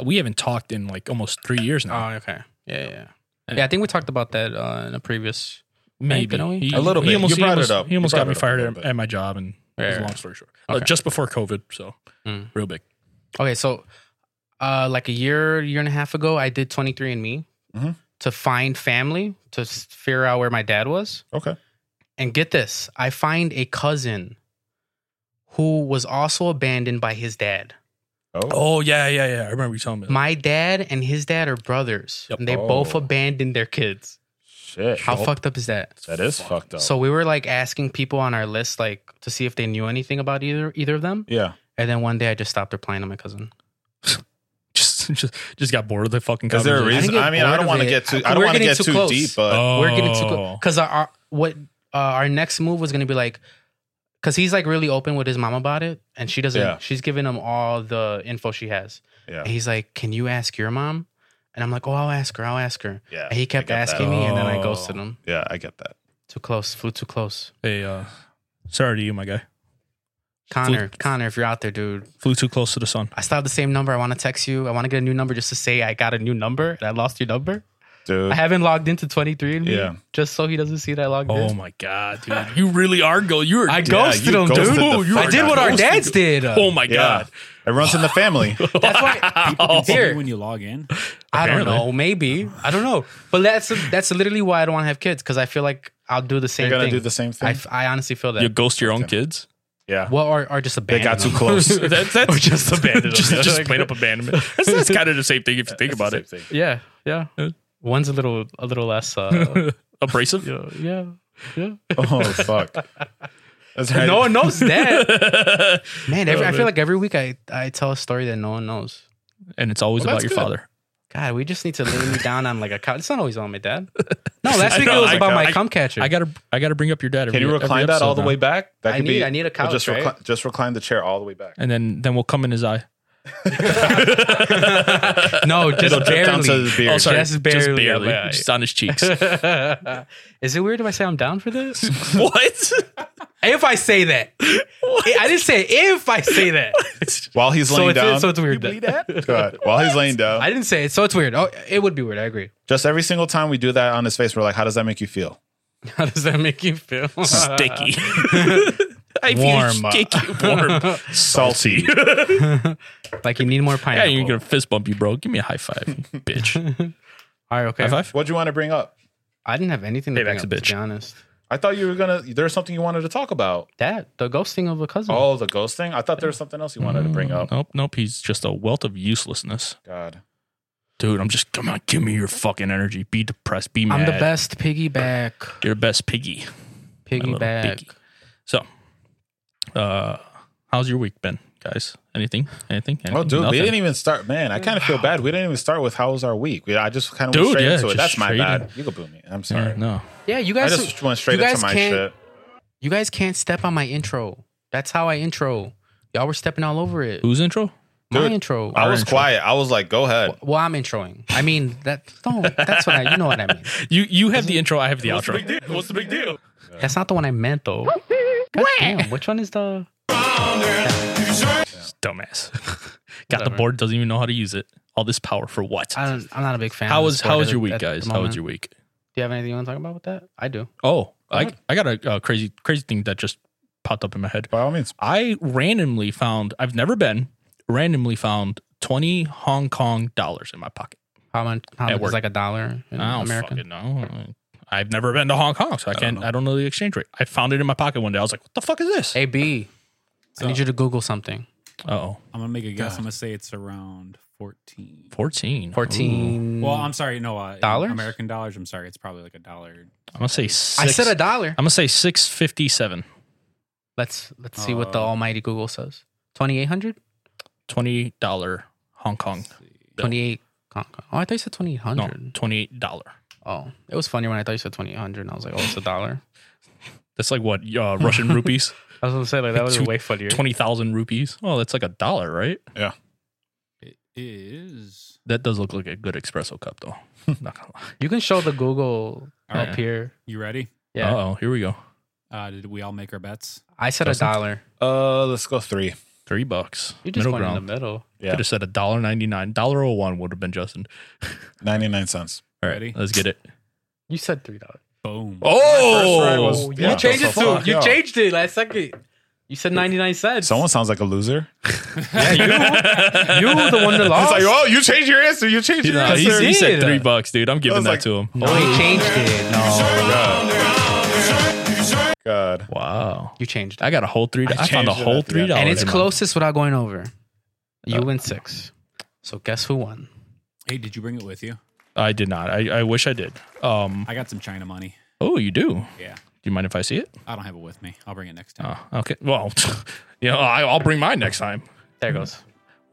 We haven't talked in like almost three years now.
Uh,
Oh, okay. Yeah, yeah, yeah.
Yeah.
Yeah, I think we talked about that uh, in a previous.
Maybe
didn't we?
He-
A little bit.
He
You
almost, he
brought
almost-
it up.
He almost
You
got
brought
me
it up a
fired
little
at,
bit.
at my job, and
Right,
it was
right,
long
right.
story short,
Okay.
Uh, just before COVID. So
Mm.
real big.
Okay, so uh, like a year, year and a half ago, I did 23andMe
Mhm.
to find family to s- figure out where my dad was.
okay.
And get this, I find a cousin who was also abandoned by his dad.
Oh,
Oh yeah, yeah, yeah. I remember you telling me. that.
My dad and his dad are brothers,
Yep.
and they
Oh.
both abandoned their kids.
shit.
How fucked up is that?
That is fucked up.
So we were like asking people on our list, like to see if they knew anything about either either of them.
yeah,
And then one day, I just stopped replying to my cousin.
just, just just got bored of the fucking.
is there a
conversation.
reason?
get
I, mean, I
bored
don't
of
want to
it.
get too.
We're
I don't want to
getting
get
too
too
close.
deep, but
Oh.
We're getting too because our, our what uh, our next move was going to be like because he's like really open with his mom about it, and she doesn't.
Yeah.
She's giving him all the info she has.
yeah,
And he's like, "Can you ask your mom?" And I'm like, "Oh, I'll ask her. I'll ask her."
yeah.
And he kept
I get
asking
that.
me, and then I
Oh.
ghosted him.
Yeah, I get that.
Too close. Flew too close.
Hey, uh, sorry to you, my guy.
Connor, Connor, if you're out there, dude,
Flew too close to the sun.
I still have the same number. I want to text you. I want to get a new number just to say I got a new number and I lost your number.
Dude,
I haven't logged into 23
Yeah.
just so he doesn't see that I logged
Oh
in.
my god, dude! You really are go. You're
I
I
ghosted
you
him,
ghosted
dude.
the
Ooh, you- I
fuck
did
out
what
of
our
him.
dads did.
Oh my
yeah.
god!
It runs in the family.
That's why
People can see
Here.
you when you log in.
I don't
Apparently.
know. Maybe I don't know. But that's that's literally why I don't want to have kids because I feel like I'll do the
You're
same
gonna
thing.
do the same
I,
thing.
f- I honestly feel that.
You ghost your own kids?
yeah,
well, or, or just
they
abandon.
got too
them.
close.
That- that's
Or just abandon them.
just, just plain up abandonment. That's, that's kind of the same thing if you think about it.
Yeah, yeah.
Yeah.
One's a little a little less. Uh,
Abrasive.
yeah, yeah, yeah.
Oh fuck. That's right.
No one knows that. Man, every, I feel like every week I, I tell a story that no one knows.
And it's always
Well,
about
that's
your
good.
father.
God, we just need to lay me down on like a couch. It's not always on my dad. No, last week
know,
it was
I
about
got-
my
I-
cum catcher.
I gotta, I gotta bring up your dad. Every,
Can you
every
recline that all the
episode
way
now.
back? That
I
could
need-
be-
I need a
or
couch,
Just,
right?
recline, just recline the chair all the way back.
And then, then we'll come in his eye.
no, just
It'll drip down to
barely.
the beard.
Oh, sorry,
Just barely on my eye.
just on his cheeks.
Is it weird if I say I'm down for this?
what?
if I say that, I didn't say if I say that.
While he's
so
laying
it's
down.
so it's weird. then.
Go ahead. While he's laying down.
I didn't say it, so it's weird. Oh, it would be weird. I agree.
just every single time we do that on his face, we're like, how does that make you feel?
How does that make you feel?
Sticky. I feel
Warm.
Sticky, warm.
Salty.
like you need more
Yeah,
pineapple.
you're gonna fist bump you, bro. Give me a high five, bitch.
All right, okay.
High five.
What'd you want to bring up?
I didn't have anything to,
Payback's
bring
a
up, to
bitch.
be honest.
I thought you were going to, there's something you wanted to talk about.
That the ghosting of a cousin.
Oh, the ghost thing? I thought there was something else you wanted to bring up.
Nope, nope. He's just a wealth of uselessness,
God.
dude. I'm just come on, give me your fucking energy. Be depressed. Be mad.
I'm the best piggyback.
You're the best piggy. my little
Piggyback.
piggy. So, uh, how's your week been, guys? Anything? Anything?
Oh,
Anything?
dude, we
Nothing.
didn't even start. Man, I kind of feel bad. We didn't even start with how was our week. We, I just kind of went
Dude,
straight
yeah,
into it.
just
That's my
straight
bad. You can boo me. I'm sorry.
Yeah, no.
Yeah, you
I
guys.
just went straight
you
into
guys
my
can't-
shit.
you guys can't step on my intro. That's how I intro. Y'all were stepping all over it.
Whose intro?
My
Dude,
intro.
I was
intro.
quiet. I was like, go ahead.
well, I'm introing. I mean that. Don't. That's what I. You know what I mean.
You you have the intro. I have the outro.
What's the big deal?
That's not the one I meant though. God damn. Which one is the?
Dumbass. Got the
Whatever.
board. Doesn't even know how to use it. All this power for what?
I don't, I'm not a big fan.
How
of the
was
sport
how
at
was
the-
your week,
at the
guys? How was
moment.
your week?
Do you have anything you want to talk about with that? I do.
Oh, I
What?
I got a uh, crazy crazy thing that just popped up in my head.
By all means.
I randomly found. I've never been. Randomly found twenty Hong Kong dollars in my pocket.
How much? How
At
much
work.
is like a dollar in
I don't
American?
fucking know. I've never been to Hong Kong, so I can't.
know.
I don't know the exchange rate. I found it in my pocket one day. I was like, "What the fuck is this?"
Hey B, I need you to Google something.
Oh,
I'm gonna make a guess. I'm gonna say it's around fourteen.
14. Ooh.
Fourteen.
Well, I'm sorry. No, uh, in
Dollars?
American dollars. I'm sorry. It's probably like a dollar.
I'm gonna say six.
I said a dollar.
I'm gonna say six fifty seven.
Let's let's see what the
Uh,
almighty Google says. Twenty eight hundred.
Twenty dollar Hong Kong. Bill.
Twenty eight. Oh, I thought you said twenty eight
No,
hundred.
twenty eight dollar.
Oh, it was funny when I thought you said twenty eight hundred, and I was like, oh, it's a dollar.
That's like what uh, Russian rupees,
I was gonna say like that was
Two-
way funnier.
twenty thousand rupees. Oh, that's like a dollar, right?
It is.
That does look like a good espresso cup, though. Not gonna lie.
You can show the Google
All
up
right.
here.
You ready?
Yeah,
Oh, here we go.
Uh, did we all make our bets?
I said a
Justin?
dollar.
Uh, let's go three.
Three bucks.
You just
middle
went in the
ground.
middle.
Yeah.
Could have said a dollar ninety nine. Dollar oh one would have been Justin.
99 cents.
All right,
Ready?
let's get it.
You said three dollars.
Boom.
Oh, My first ride was-
you
yeah.
changed it
So
to
fuck,
you
yeah.
changed it last second. You said ninety nine cents.
Someone sounds like a loser.
you were the one that
It's
lost.
like, oh, you changed your answer. You changed your
Nah, he,
answer.
he said
did.
three bucks, dude. I'm giving
was
that
like-
to him.
no, he changed it.
Oh
No,
God.
Wow.
you changed it.
I got a whole three. I, found
changed
a
it
whole
after that.
three dollars.
and it's
in my-
closest without going over. You win six. So guess who won?
Hey, did you bring it with you?
I did not. I, I wish I did. Um.
I got some China money.
Oh, you do. Do
Yeah.
you mind if I see it?
I don't have it with me. I'll bring it next time.
Oh, okay. Well, you know, I, I'll bring mine next time.
There goes.
Hmm.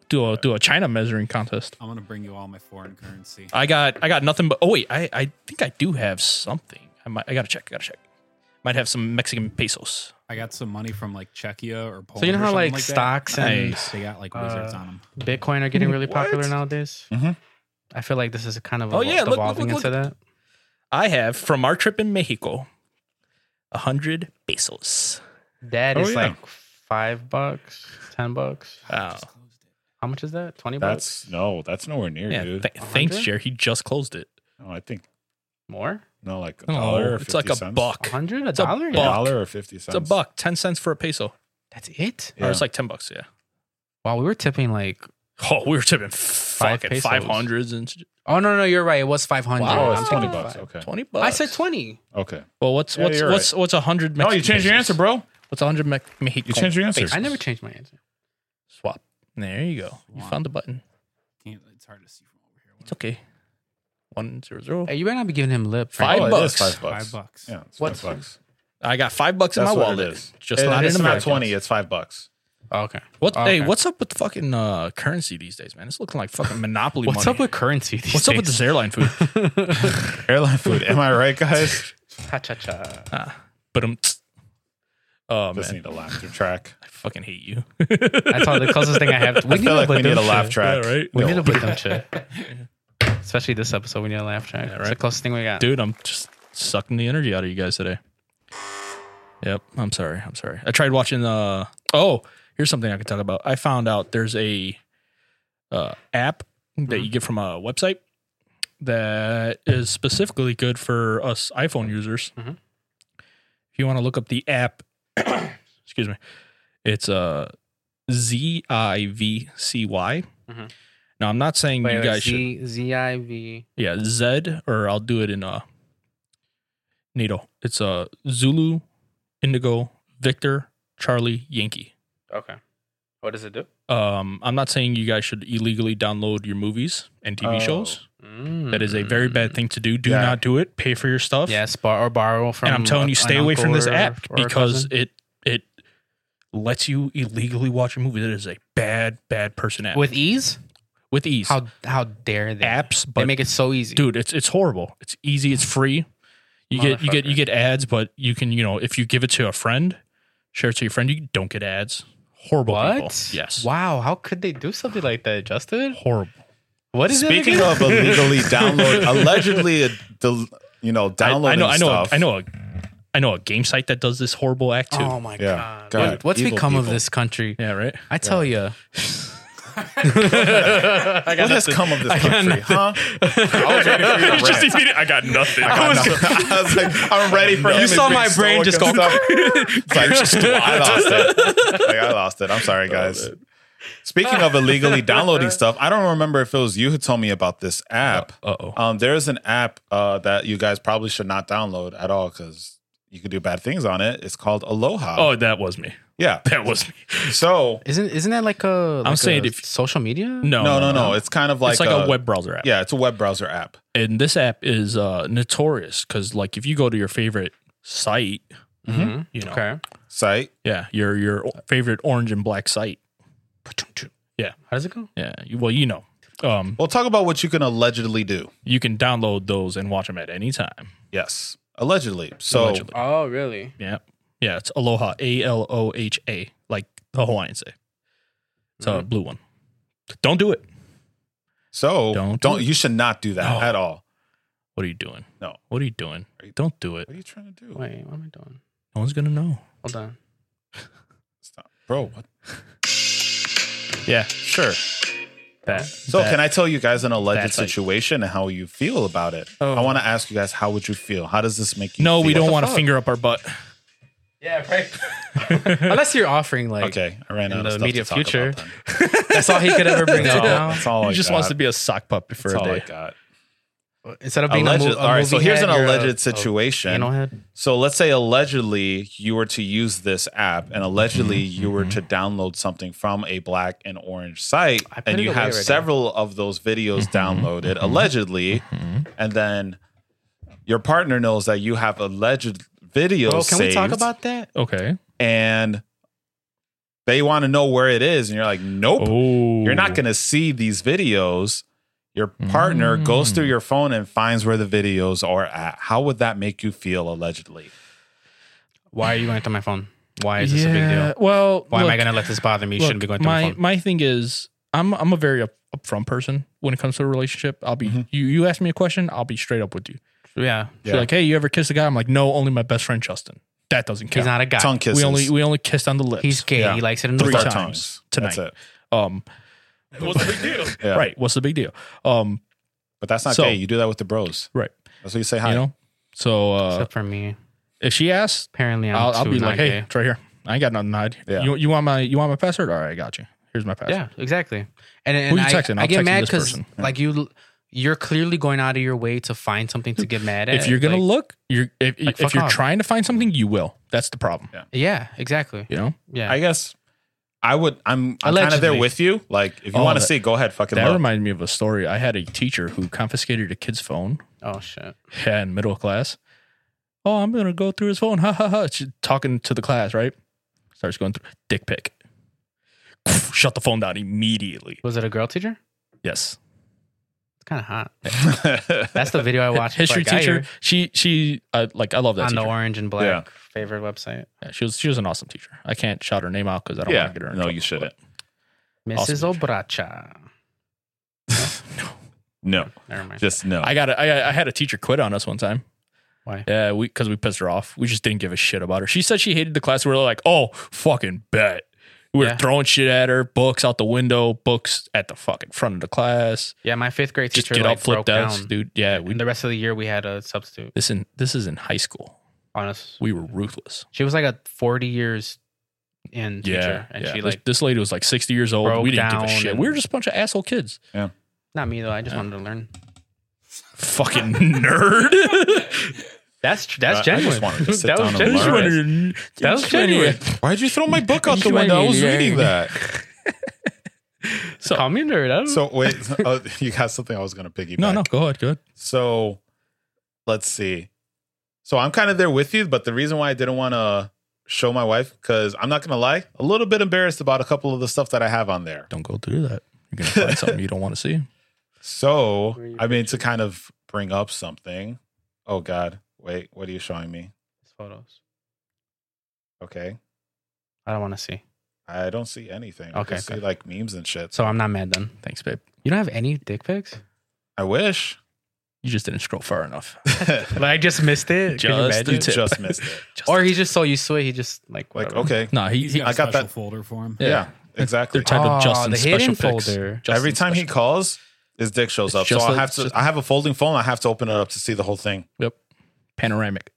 Do a do a China measuring contest.
I'm gonna bring you all my foreign currency.
I got I got nothing but. Oh wait, I I think I do have something. I might. I gotta check. I gotta check. Might have some Mexican pesos.
I got some money from like Czechia or Poland.
So you know
or
how
something
like,
like that?
stocks and
Nice.
They got like wizards
Uh,
on them.
Bitcoin are getting really popular
What?
nowadays.
Mhm.
I feel like this is kind of
Oh,
evol-
yeah, look, look,
evolving
look,
into that.
I have from our trip in Mexico, a hundred pesos.
That
Oh,
is
yeah.
like five bucks, ten bucks.
Oh,
How much is that? Twenty bucks
That's no, that's nowhere near,
yeah.
dude.
Th- thanks, Jer. He just closed it.
no, I think
more?
no, like a dollar.
Oh,
or
it's like
50
a
cents.
A
buck.
hundred? A
a
dollar?
A
Yeah.
buck.
dollar or fifty
It's
cents.
a buck. Ten cents for a peso.
That's it.
Or
Yeah.
it's like ten bucks. Yeah.
Wow, we were tipping like.
Oh, we were tipping fucking
pesos.
five hundreds and sh-
Oh no, no, you're right. It was five hundred.
Wow.
Oh,
I'm
it's twenty
thinking
bucks. Okay.
twenty bucks.
I said twenty.
Okay.
Well, what's
Yeah,
what's
you're
what's what's a hundred?
No, you changed your answer, bro.
What's a hundred Mex- Mexican?
You changed your answer.
pesos?
I never changed my answer.
swap. There you go. You
Swap.
found the button.
Can't, it's hard to see from over here.
It's okay. One zero zero.
Hey, you better not be giving him lip.
Five
oh, it is
bucks.
Five bucks.
Five bucks.
Yeah, it's
What's-
five bucks.
I got five bucks in my
That's what it
wallet.
is.
just
It-
not
it's
in
not
America.
twenty. It's five bucks.
Oh, okay.
What?
Oh,
Hey,
okay.
what's up with the fucking uh, currency these days, man? It's looking like fucking monopoly
What's
money.
up with currency? These
what's up with
days?
this airline food?
Airline food. Am I right, guys?
Cha cha cha.
but I'm. Oh
Just
man,
need a laughter track.
I fucking hate you.
That's all the closest thing I have. To, we
I feel like we need a
dumb
laugh
shit.
track.
Yeah, right?
We
No.
need a bit dumb shit. Especially this episode, we need a laugh track. It's the
right?
closest thing we got.
dude i'm just sucking the energy out of you guys today yep i'm sorry i'm sorry i tried watching the oh here's something i could talk about i found out there's a uh, app that you get from a website that is specifically good for us iphone users
Mhm.
if you want to look up the app excuse me it's uh, z-i-v-c-y
Mhm.
now i'm not saying you guys should
Z Z I V.
yeah, Z or I'll do it in uh NATO. It's uh Zulu, Indigo, Victor, Charlie, Yankee.
Okay. What does it do?
Um, I'm not saying you guys should illegally download your movies and TV
Oh.
shows.
Mm.
That is a
Mm-hmm.
very bad thing to do. Do
Yeah.
not do it. Pay for your stuff.
Yes, bar or borrow from.
and I'm telling you,
a-
stay
an
away from
uncle
this
or-
app
or a
because
cousin.
it it lets you illegally watch a movie. That is a bad, bad person app.
with ease.
with ease.
How how dare they?
apps,
they
but
make it so easy.
dude it's it's horrible it's easy it's free you get you get you
Motherfucker.
get ads but you can you know if you give it to a friend share it to your friend you don't get ads Horrible people.
What?
Yes.
Wow. How could they do something like that, Justin?
Horrible.
What is
Speaking
it? again?
of illegally download, allegedly, uh, del- you know,
I, I
downloading
know. I know.
stuff.
A, I know. A, I know a game site that does this horrible act too.
Oh my
Yeah.
god.
God.
What- what's
Evil
become of
people.
this country?
yeah. Right.
I tell ya.
I
What has come of this country, huh? I was ready for you to
Just
rant.
immediate- I got nothing.
I, was, I was like, I'm ready for him.
You
to
saw
bring
my brain
stoic
just
and
go-
stuff. It's like, I lost it. Like, I lost it. I'm sorry, guys. Speaking of illegally downloading stuff, I don't remember if it was you who told me about this app.
Uh oh.
Um, there is an app uh, that you guys probably should not download at all because you could do bad things on it. It's called Aloha.
Oh, that was me.
yeah.
That was me.
So
Isn't isn't that like a? Like
saying
a
if-
social media.
No.
no, no, no. It's kind of like,
it's like a, web browser app.
Yeah, it's a web browser app.
And this app is uh, notorious because, like, if you go to your favorite site,
Mhm.
you know,
Okay.
Site.
yeah, your your o- favorite orange and black site.
How does it go?
Yeah. You, well, you know, um,
We'll talk about what you can allegedly do.
you can download those and watch them at any time.
Yes, allegedly. So
Allegedly.
Oh, really?
Yeah. Yeah. It's Aloha, A L O H A, like the Hawaiians say. It's a blue one. Don't do it.
so
Don't
don't,
do it.
you should not do that
No.
at all.
What are you doing?
No.
What are you doing?
Are you-
Don't do it.
What are you trying to do?
Wait, what am I doing?
No one's going to know.
Hold on.
Stop. Bro, what?
Yeah.
Sure.
That.
So can I tell you guys an alleged
that's like-
situation and how you feel about it? I want to ask you guys how would you feel? How does this make you
No,
feel?
we don't want to
fuck?
finger up our butt.
Yeah, right. Unless you're offering like
Okay, I ran
in
out
the
of stuff
immediate
to talk about
future.
then.
that's all he could ever bring up now.
That's all
he
I
just
got.
wants to be a sock puppet for
That's all
a
I
day.
got.
Instead of being
Alleged,
a, mo- a
all right, so
movie
here's
head,
an
you're a-
alleged
a
situation.
Anal head.
So let's say allegedly you were to use this app and allegedly
Mm-hmm,
you were to download something from a black and orange site
I put
and
it
you
away Mm-hmm,
have
right now.
several of those videos downloaded allegedly
mm-hmm.
and then your partner knows that you have alleged videos
Bro, can we talk
saved,
about that?
Okay.
and they want to know where it is and you're like nope
Oh.
you're not going to see these videos. Your partner goes
Mm.
through your phone and finds where the videos are at. How would that make you feel allegedly?
Why are you going to my phone? Why is this a big deal?
Well,
Why am I
look-
going to let this bother me? You
Look,
shouldn't be going through my,
my
phone.
my thing is I'm I'm a very up, upfront person when it comes to a relationship. I'll
Mm-hmm.
be you you ask me a question, I'll be straight up with you.
Yeah,
So You're like, hey, you ever kiss a guy? I'm like, no, only my best friend Justin. That doesn't count.
he's not a guy.
Tongue kisses.
we only we only kissed on the lips.
He's gay.
Yeah.
He likes it in the
three
dark.
times,
times
That's
tonight.
it.
um, what's the big deal?
Yeah.
Right. What's the big deal? Um,
But that's not
So-
gay. You do that with the bros.
right.
That's what you say hi.
You know. So uh,
Except for me.
if she asks,
Apparently, I'm
I'll, I'll
too
be like,
not
hey,
gay.
it's right here. I ain't got nothing to hide.
Yeah.
You you want my you want my password? All right, I got you. Here's my password.
Yeah, exactly. And, and
you
I,
texting?
I
I'm
get
texting
mad
this
because
person.
like you, you're clearly going out of your way to find something to get mad at.
If you're gonna
Like,
look, you're if,
Like,
if
fuck
you're
off.
trying to find something, you will. That's the problem.
yeah, exactly.
You know.
Yeah,
I guess I would. I'm, I'm kind of there
Allegedly.
with you. Like, if you
Oh,
want to
that-
see, go ahead. Fucking
That
look.
reminded me of a story. I had a teacher who confiscated a kid's phone
oh shit.
yeah, in middle class. Oh, I'm gonna go through his phone. Ha ha ha. She's talking to the class, right? Starts going through dick pic. Shut the phone down immediately.
Was it a girl teacher?
Yes.
It's kind of hot. That's the video I watched. before I
History
got
teacher.
here
She she uh, like I love that
on
teacher.
the orange and black
Yeah.
favorite website,
Yeah, she was she was an awesome teacher. I can't shout her name out because I don't
yeah.
want to get her. In
No,
trouble,
you shouldn't.
Mrs.
Awesome
Obracha.
No,
Never mind.
just no.
but I got a, I, I had a teacher quit on us one time.
Why?
Yeah, we because we pissed her off. We just didn't give a shit about her. She said she hated the class. We were like, oh fucking bet. We were
Yeah.
throwing shit at her, books out the window, books at the fucking front of the class.
Yeah, my fifth grade
Just
teacher
get
like
up,
broke
flip
down.
outs, dude. Yeah, we
And the rest of the year, we had a substitute.
this in this is in high school.
On us,
We were ruthless.
she was like a forty years in teacher,
Yeah,
and
yeah.
she
this,
like
this lady was like sixty years old.
broke
We didn't give a
down
shit.
and-
We were just a bunch of asshole kids.
not me though. I just wanted to learn.
Fucking nerd.
That's tr- that's
I- I
genuine.
just wanted to sit
that
down
was
and
genuine.
learn. Alright.
That
was genuine.
Why'd you throw my book out the
You
window? I
might
was
be
reading that.
Call me a nerd. I don't
So wait, oh, you got something I was going to piggyback.
No, no, go ahead, go ahead.
So let's see. So I'm kind of there with you, but the reason why I didn't want to show my wife, because I'm not going to lie, a little bit embarrassed about a couple of the stuff that I have on there.
Don't go through that. You're gonna find something you don't want to see.
So,
Where you-
I mean, to kind of bring up something. Oh, God. Wait, what are you showing me?
photos.
Okay.
I don't want to see.
I don't see anything. I
Okay,
just
okay.
see like memes and shit.
So I'm not mad then.
Thanks, babe.
You don't have any dick pics?
I wish.
You just didn't scroll far enough.
Like I just missed it. Can you
Just
imagine?
the tip.
Just missed it.
Just-
Or he's just so used to it, he just like
Like,
whatever.
okay.
no, he,
He's
he-
got a
I got
special
that-
folder for him.
Yeah,
Yeah.
exactly.
they're titled
Oh,
Justin
the
Special
hidden
Picks.
folder.
Justin
Every time he
Special-
calls, his dick shows up. So
just
I
like-
have to.
just-
I have a folding phone. I have to open it up to see the whole thing.
Yep. Panoramic.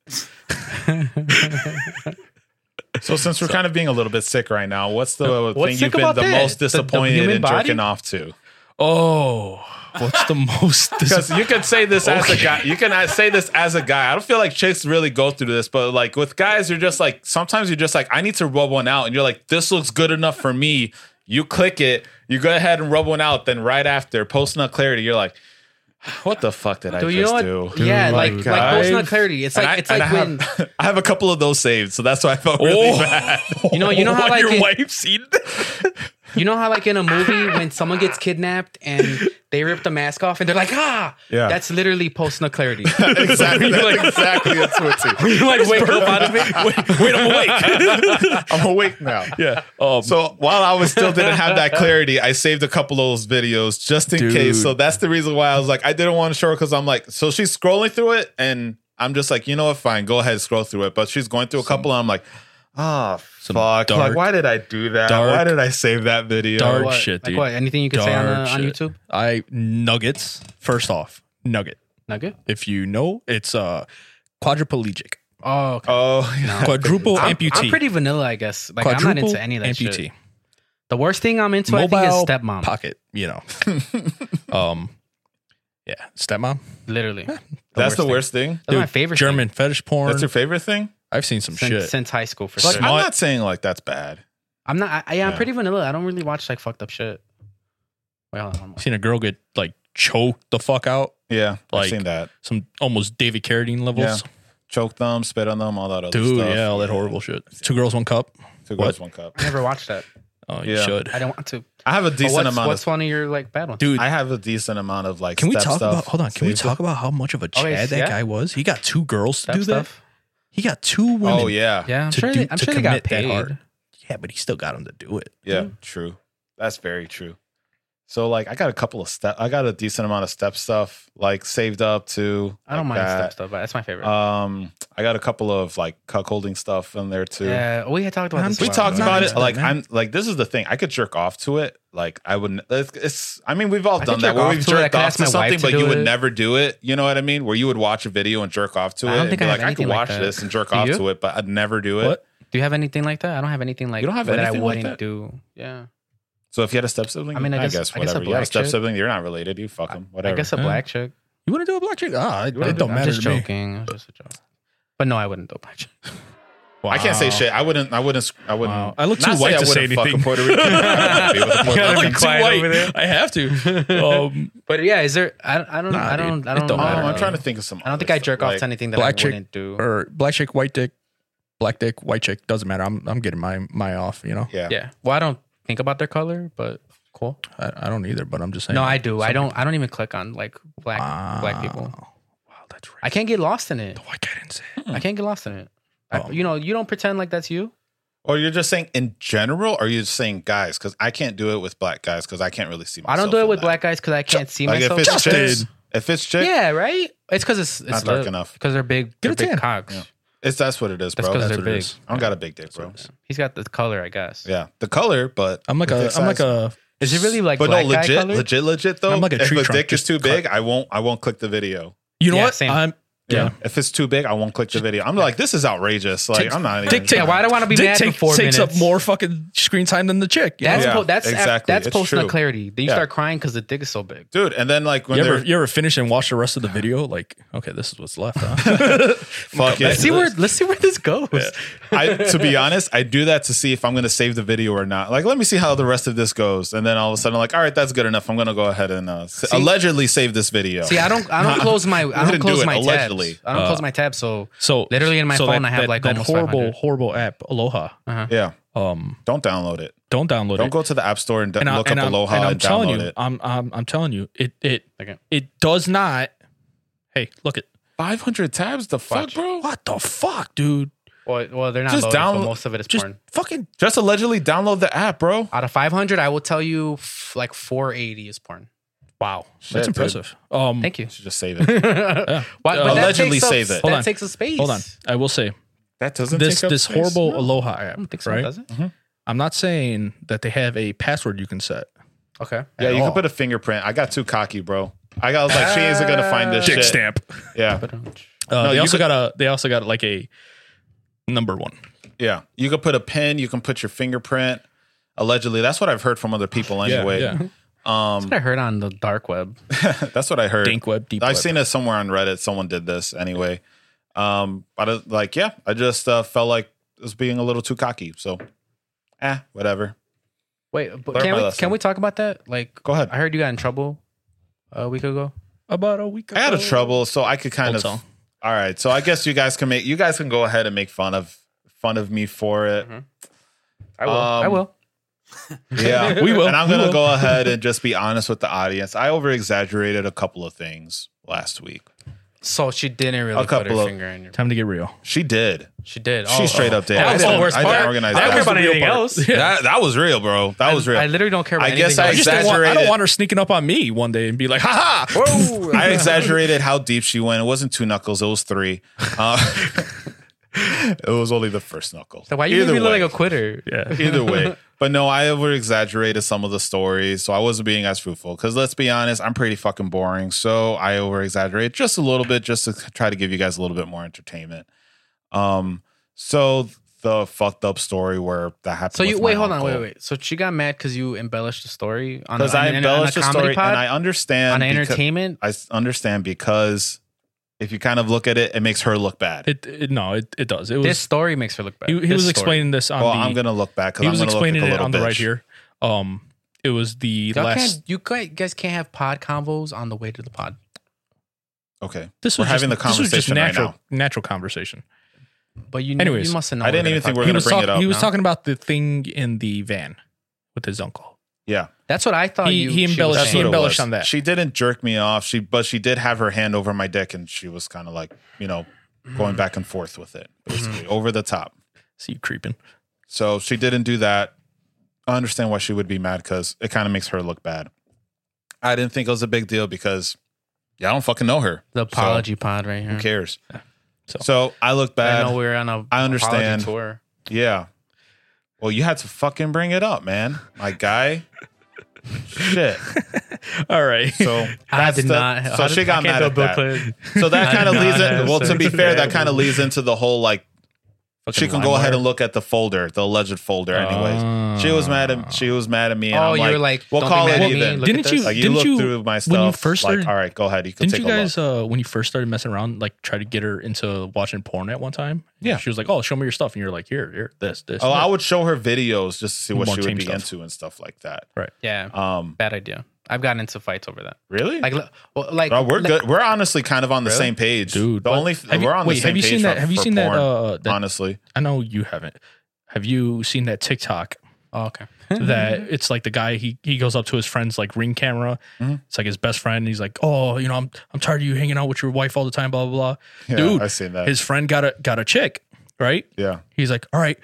So since we're kind of being a little bit sick right now, what's the
What's
thing
sick
you've been
about
the
that?
most
The- the
disappointed
human
in
body?
jerking off to?
Oh, what's the most
Because
dis-
you could say this as a guy. You can uh, say this as a guy. I don't feel like chicks really go through this, but like with guys, you're just like sometimes you're just like, I need to rub one out, and you're like, this looks good enough for me. You click it, you go ahead and rub one out. Then right after post nut clarity, you're like, what the fuck did I
Do
just
you know what?
do?
yeah, like
Like,
like post nut
I've-
clarity. It's
And
like
I-
it's
and
like
I
when
have, I have a couple of those saved, so that's why I felt really
Oh.
bad.
you know you know how
What,
like
your
in-
wife's eating?
you know how like in a movie when someone gets kidnapped and they rip the mask off and they're like ah
Yeah.
that's literally post nut clarity.
exactly, that's exactly that's what's it.
You're like wait up out of it.
wait, wait, I'm awake.
I'm awake now.
yeah. Um,
So while I was still didn't have that clarity, I saved a couple of those videos just in
Dude.
case. So that's the reason why I was like, I didn't want to show her because I'm like, so she's scrolling through it, and I'm just like, you know what, fine, go ahead, scroll through it. But she's going through a couple, and I'm like, oh fuck,
dark-
like why did I do that?
dark-
why did I save that video?
dark-
What?
shit,
Like
dude.
what? Anything you can say on,
Dark
uh, on
shit.
YouTube?
I nuggets. First off, nugget.
Nugget.
If you know, it's uh quadriplegic,
Oh, okay.
Oh, yeah.
quadruple
I'm,
amputee.
I'm pretty vanilla, I guess. Like I'm not
Quadruple
into any of that
amputee.
shit. The worst thing I'm into,
Mobile
I think, is stepmom.
pocket. You know. um. Yeah, stepmom.
Literally, that's
that's the worst thing.
my
Dude,
favorite. thing
German fetish porn.
That's your favorite thing.
I've seen some
since,
shit.
since high school for
Like,
sure.
my-
I'm not saying like that's bad.
I'm not. I, I, am
Yeah.
pretty vanilla. I don't really watch like fucked up shit. Wait, hold on. One more.
seen a girl get like choked the fuck out.
Yeah,
Like-
I've seen that.
Some almost David Carradine levels.
Choke them, spit on them, all that other
Dude,
stuff.
yeah, all that horrible shit. Two girls, one cup.
Two
What?
girls, one cup.
I never watched that.
Oh, you
Yeah.
should.
I don't want to.
I have a
But
decent
what's,
amount
what's
of.
one of your like bad ones?
Dude,
I have a decent amount of like.
can we
step
talk
stuff
about? Hold on, can we
saved
talk about how much of a
Oh,
Chad
yeah,
that
yeah.
guy was? He got two girls to
Step
do that.
stuff?
He got two women.
Oh yeah, yeah,
Yeah, I'm
to
sure.
do-
they, I'm
to
sure they got
commit that
paid.
hard. Yeah, but he still got him to do it.
True, that's very true. So like, I got a couple of step. I got a decent amount of step stuff like saved up to.
I don't
like
mind
that.
step stuff, but that's my
Uh,
favorite.
Um, I got a couple of like cuckolding stuff in there too.
yeah, we had talked about
I'm-
this. a
We
while
talked
ago.
about
Nice,
it. Like
man.
I'm like this is the thing. I could jerk off to it. Like I wouldn't. It's. it's I mean, we've all
I
done
could
that
jerk
where
off
we've
to it. I
jerked
could
off
ask
to
my wife
something,
to
but
do
you would
it.
never do it. You know what I mean? Where you would watch a video and jerk off to
I
it.
don't
and
think
be
I have
like, I could
anything like
watch
that.
this and jerk
Do
off
you?
to it, but I'd never do it.
What?
Do you have anything like that? I don't have anything like
You don't have
that
anything
I
like
wouldn't
that?
do. Yeah,
So if you had a step sibling,
I mean, I guess- I guess a
whatever. you had a
black
step
chick-
sibling, you're not related. You fuck them, whatever.
I guess a
Yeah.
black chick.
You want to do a black chick? Ah, it,
I'm
it don't matter
just
to me.
joking. It was just a joke. But no, I wouldn't do a black chick.
I can't say
Wow.
shit. I wouldn't. I wouldn't. I wouldn't.
Wow. I look
not
too white
I
to say
wouldn't fuck a
anything.
Puerto Rican. I'd be with a Puerto
Yeah,
I
I've
Rican.
been
look too
quiet over
white.
there.
I have to. Um,
But yeah, is there? I, don't- I don't.
Nah,
I don't.
dude,
I
it
don't.
don't
know.
Oh,
matter.
I'm trying to think of some.
I don't think
other
I jerk
stuff,
off to
like-
anything that
black
I
chick
wouldn't do.
or black chick, white dick, black dick, white chick doesn't matter. I'm I'm getting my my off. You know,
Yeah.
yeah. Well, I don't think about their color, but cool.
I, I don't either. But I'm just saying.
No, I do. I don't. I don't even click on like black
Ah.
black people.
Wow, Wow, that's right.
I can't get lost in it.
Oh, I didn't say it.
I can't get lost in it. I-
Oh.
you know, you don't pretend like that's you.
Or you're just saying in general, or you're just saying guys? Because I can't do it with black guys because I can't really see.
I
myself
don't do
in
it with
that.
black guys because I can't see
Like
myself.
if it's chicks,
Justin.
if it's chick,
yeah, right. It's because it's it's
not dark
enough.
enough.
Because they're big.
Get
They're
a
big
tan.
cocks.
Yeah. It's that's what it is,
That's
bro.
because
That's
they're
what it
big.
is. I don't got a big dick, bro.
He's got the color, I guess.
Yeah, the color, but
I'm like
the
a
dick
I'm like
size.
a
Is it really like
but no,
black guy
legit,
color?
legit, legit though.
I'm like a
if
tree
the
trunk,
dick is
just
too
cut.
big, I won't. I won't click the video.
you know
Yeah,
what
same.
I'm yeah.
If it's too big, I won't click the video. I'm like, this is outrageous. Like,
Tick-
I'm not.
tick-
even,
tick.
Yeah, why do I want to be
Dick
mad
take-
for four
takes
minutes?
up more fucking screen time than the chick. you
That's
know?
Yeah,
po- that's
exactly.
that's
It's
post nut
true.
clarity. Then you
Yeah.
start crying because the dick is so big.
dude? And then like when
you
they're
ever you ever finish and watch the rest of the video? Like, okay, this is what's left. Huh?
fuck
Let's
it.
see where let's see where this goes.
I, to be honest, I do that to see if I'm going to save the video or not. Like, let me see how the rest of this goes, and then all of a sudden, I'm like, all right, that's good enough. I'm going to go ahead and uh, s- allegedly save this video.
See, I don't I don't close my I don't
didn't
close
do it,
my
allegedly. Uh,
tabs. I don't close my tabs. So
so
Literally in my
so
phone,
that-
I have,
that-
like,
that
almost
horrible
500. Uh-huh.
horrible app Aloha.
yeah,
Um,
don't download it.
don't download
Don't
it.
go to the app store and d- look up Aloha and,
telling
download
you,
it.
I'm, I'm I'm telling you, it it
Okay.
it does not. Hey, look it.
Five hundred tabs, the fuck, bro.
What the fuck, dude?
Well, well, they're not
Just
loaded, but
download-
most of it is
Just
porn.
fucking
Just allegedly download the app, bro.
Out of 500, I will tell you f- like 480 is porn.
wow.
Shit,
That's
dude.
impressive. Um
Thank you.
Should just save it.
Why, but
Uh,
that
allegedly
takes up-
save it.
Hold
That
on.
takes a space.
hold on. I will say
That doesn't
this
take up
this
space.
horrible
No.
Aloha
I don't
app,
think so,
right?
does it?
I'm not saying that they have a password you can set.
Okay.
Yeah,
at
you
all.
can put a fingerprint. I got too cocky, bro. I got I was like, she isn't gonna find this shit.
stamp.
Yeah,
But, um,
Uh,
No,
they
you
also
could-
got a. They also got like a number one.
yeah. You can put a pin. You can put your fingerprint. Allegedly, that's what I've heard from other people. Anyway,
yeah.
um,
what I heard on the dark web.
that's what I heard.
Dink web, deep
I've
web.
seen it somewhere on Reddit. Someone did this anyway. Um, but I, like, yeah, I just uh, felt like I was being a little too cocky. So, eh, whatever.
Wait, but
Learn
can
my
we
lesson.
can we talk about that? Like,
Go ahead.
I heard you got in trouble a week ago.
about a week. Ago.
I had a trouble, so I could kind
Old
of.
song.
All right, so I guess you guys can make you guys can go ahead and make fun of fun of me for it.
Mm-hmm. I will. I
Um,
will.
Yeah,
We will.
And I'm
We
gonna
will.
go ahead and just be honest with the audience. I over exaggerated a couple of things last week.
So she didn't really
a
put her
couple of-
finger in your.
Time to get real.
She did.
She did. Oh,
She straight up did.
That
I
was
didn't-
the worst
I
part.
didn't organize
I
that.
don't care about
That was the
anything
real part.
else.
That that was real, bro. That was real.
I literally don't care about
I guess I
anything.
I just
else.
don't want, I
Exaggerated.
don't want her sneaking up on me one day and be like, "Ha ha!"
Whoa.
I exaggerated how deep she went. It wasn't two knuckles. It was three. Uh, it was only the first knuckle.
So why you
Either
make me look
way.
like a quitter?
Yeah.
Either way. But no, I over exaggerated some of the stories. So I wasn't being as fruitful. Because let's be honest, I'm pretty fucking boring. So I over exaggerate just a little bit just to try to give you guys a little bit more entertainment. Um, so the fucked up story where that happened.
So you
with
wait,
my
hold on,
uncle.
wait, wait. So she got mad because you embellished the story on
Because
on-
I
on- on
embellished
a
the
comedy
story
pod?
and I understand
on
because-
entertainment.
I s- understand because if you kind of look at it, it makes her look bad.
It, it no, it, it does. It was
This story makes her look bad.
he, he
This
was
story.
explaining this on
well,
the
I'm gonna look back because
he
I'm
was
gonna look like a
explaining it
little
on the
bitch.
right here. Um, it was the
Y'all
last.
can't, you guy- guys can't have pod convos on the way to the pod.
Okay,
This
we're
was
having the
just- this was just
conversation right
natural,
now.
natural conversation.
But you,
Anyways,
you must have known.
I didn't
we're gonna
even think we're
talk-
he
gonna
was
bring it
talk-
up
He was
now.
talking about the thing in the van with his uncle.
Yeah,
That's what I thought.
He-
you,
he
she was
embellished-
that's
she
saying.
what it
embellished
was.
on that.
She didn't jerk me off. She but she did have her hand over my dick and she was kind of like you know going back and forth with it, basically
Mm-hmm.
over the top.
See you creeping.
So she didn't do that. I understand why she would be mad because it kind of makes her look bad. I didn't think it was a big deal because yeah, I don't fucking know her.
the
So,
apology pod right here.
who cares?
So-
So, I look bad.
Mm. I know we're on a
I understand.
apology tour.
Yeah. Well, you had to fucking bring it up, man. My guy. Shit.
All right.
So
I
that's
did
the-
not.
So
I
she
did-
got
I can't
mad at
do a
that.
Bill Clinton.
So that
I
kind of
did
leads
not
in.
have
Well, to
sex
be
with
fair,
that
that kind of leads into the whole like
Fucking
she can go
LimeWire.
ahead and look at the folder, the alleged folder. Anyways, she was mad at she was mad at me. And
Oh,
I'm
you
like,
were like,
we'll
don't be
call
mad
it
at me,
even.
look at
Didn't you-
this.
Like you
Didn't
look
you-
through my stuff.
when you first
like,
started-
all right, go ahead. You can
Didn't you
take a
guys,
look.
uh, when you first started messing around, like try to get her into watching porn at one time?
Yeah.
She was like, "Oh, show me your stuff," and you're like, "Here, here, this, this."
Oh,
this."
I would show her videos just to see what
More
she would
team
be
stuff.
into and stuff like that.
Yeah,
Um,
bad idea. I've gotten into fights over that.
really?
Like, li- well, like
No, Oh, we're
like-
good. We're honestly kind of on the same page,
Dude,
The
what-
only
Have you-
we're on
wait,
the same
have you
page
seen that?
for-
have you
for
seen
porn,
that? Uh, that
honestly,
I know you haven't. Have you seen that TikTok
Oh, okay.
that
Mm-hmm.
it's like the guy he he goes up to his friend's like ring camera.
Mhm.
It's like his best friend. And he's like, "Oh, you know, I'm I'm tired of you hanging out with your wife all the time." Blah blah
yeah,
Dude,
I've seen
blah.
that.
His friend got a got a chick, right?
yeah,
He's like, "All right,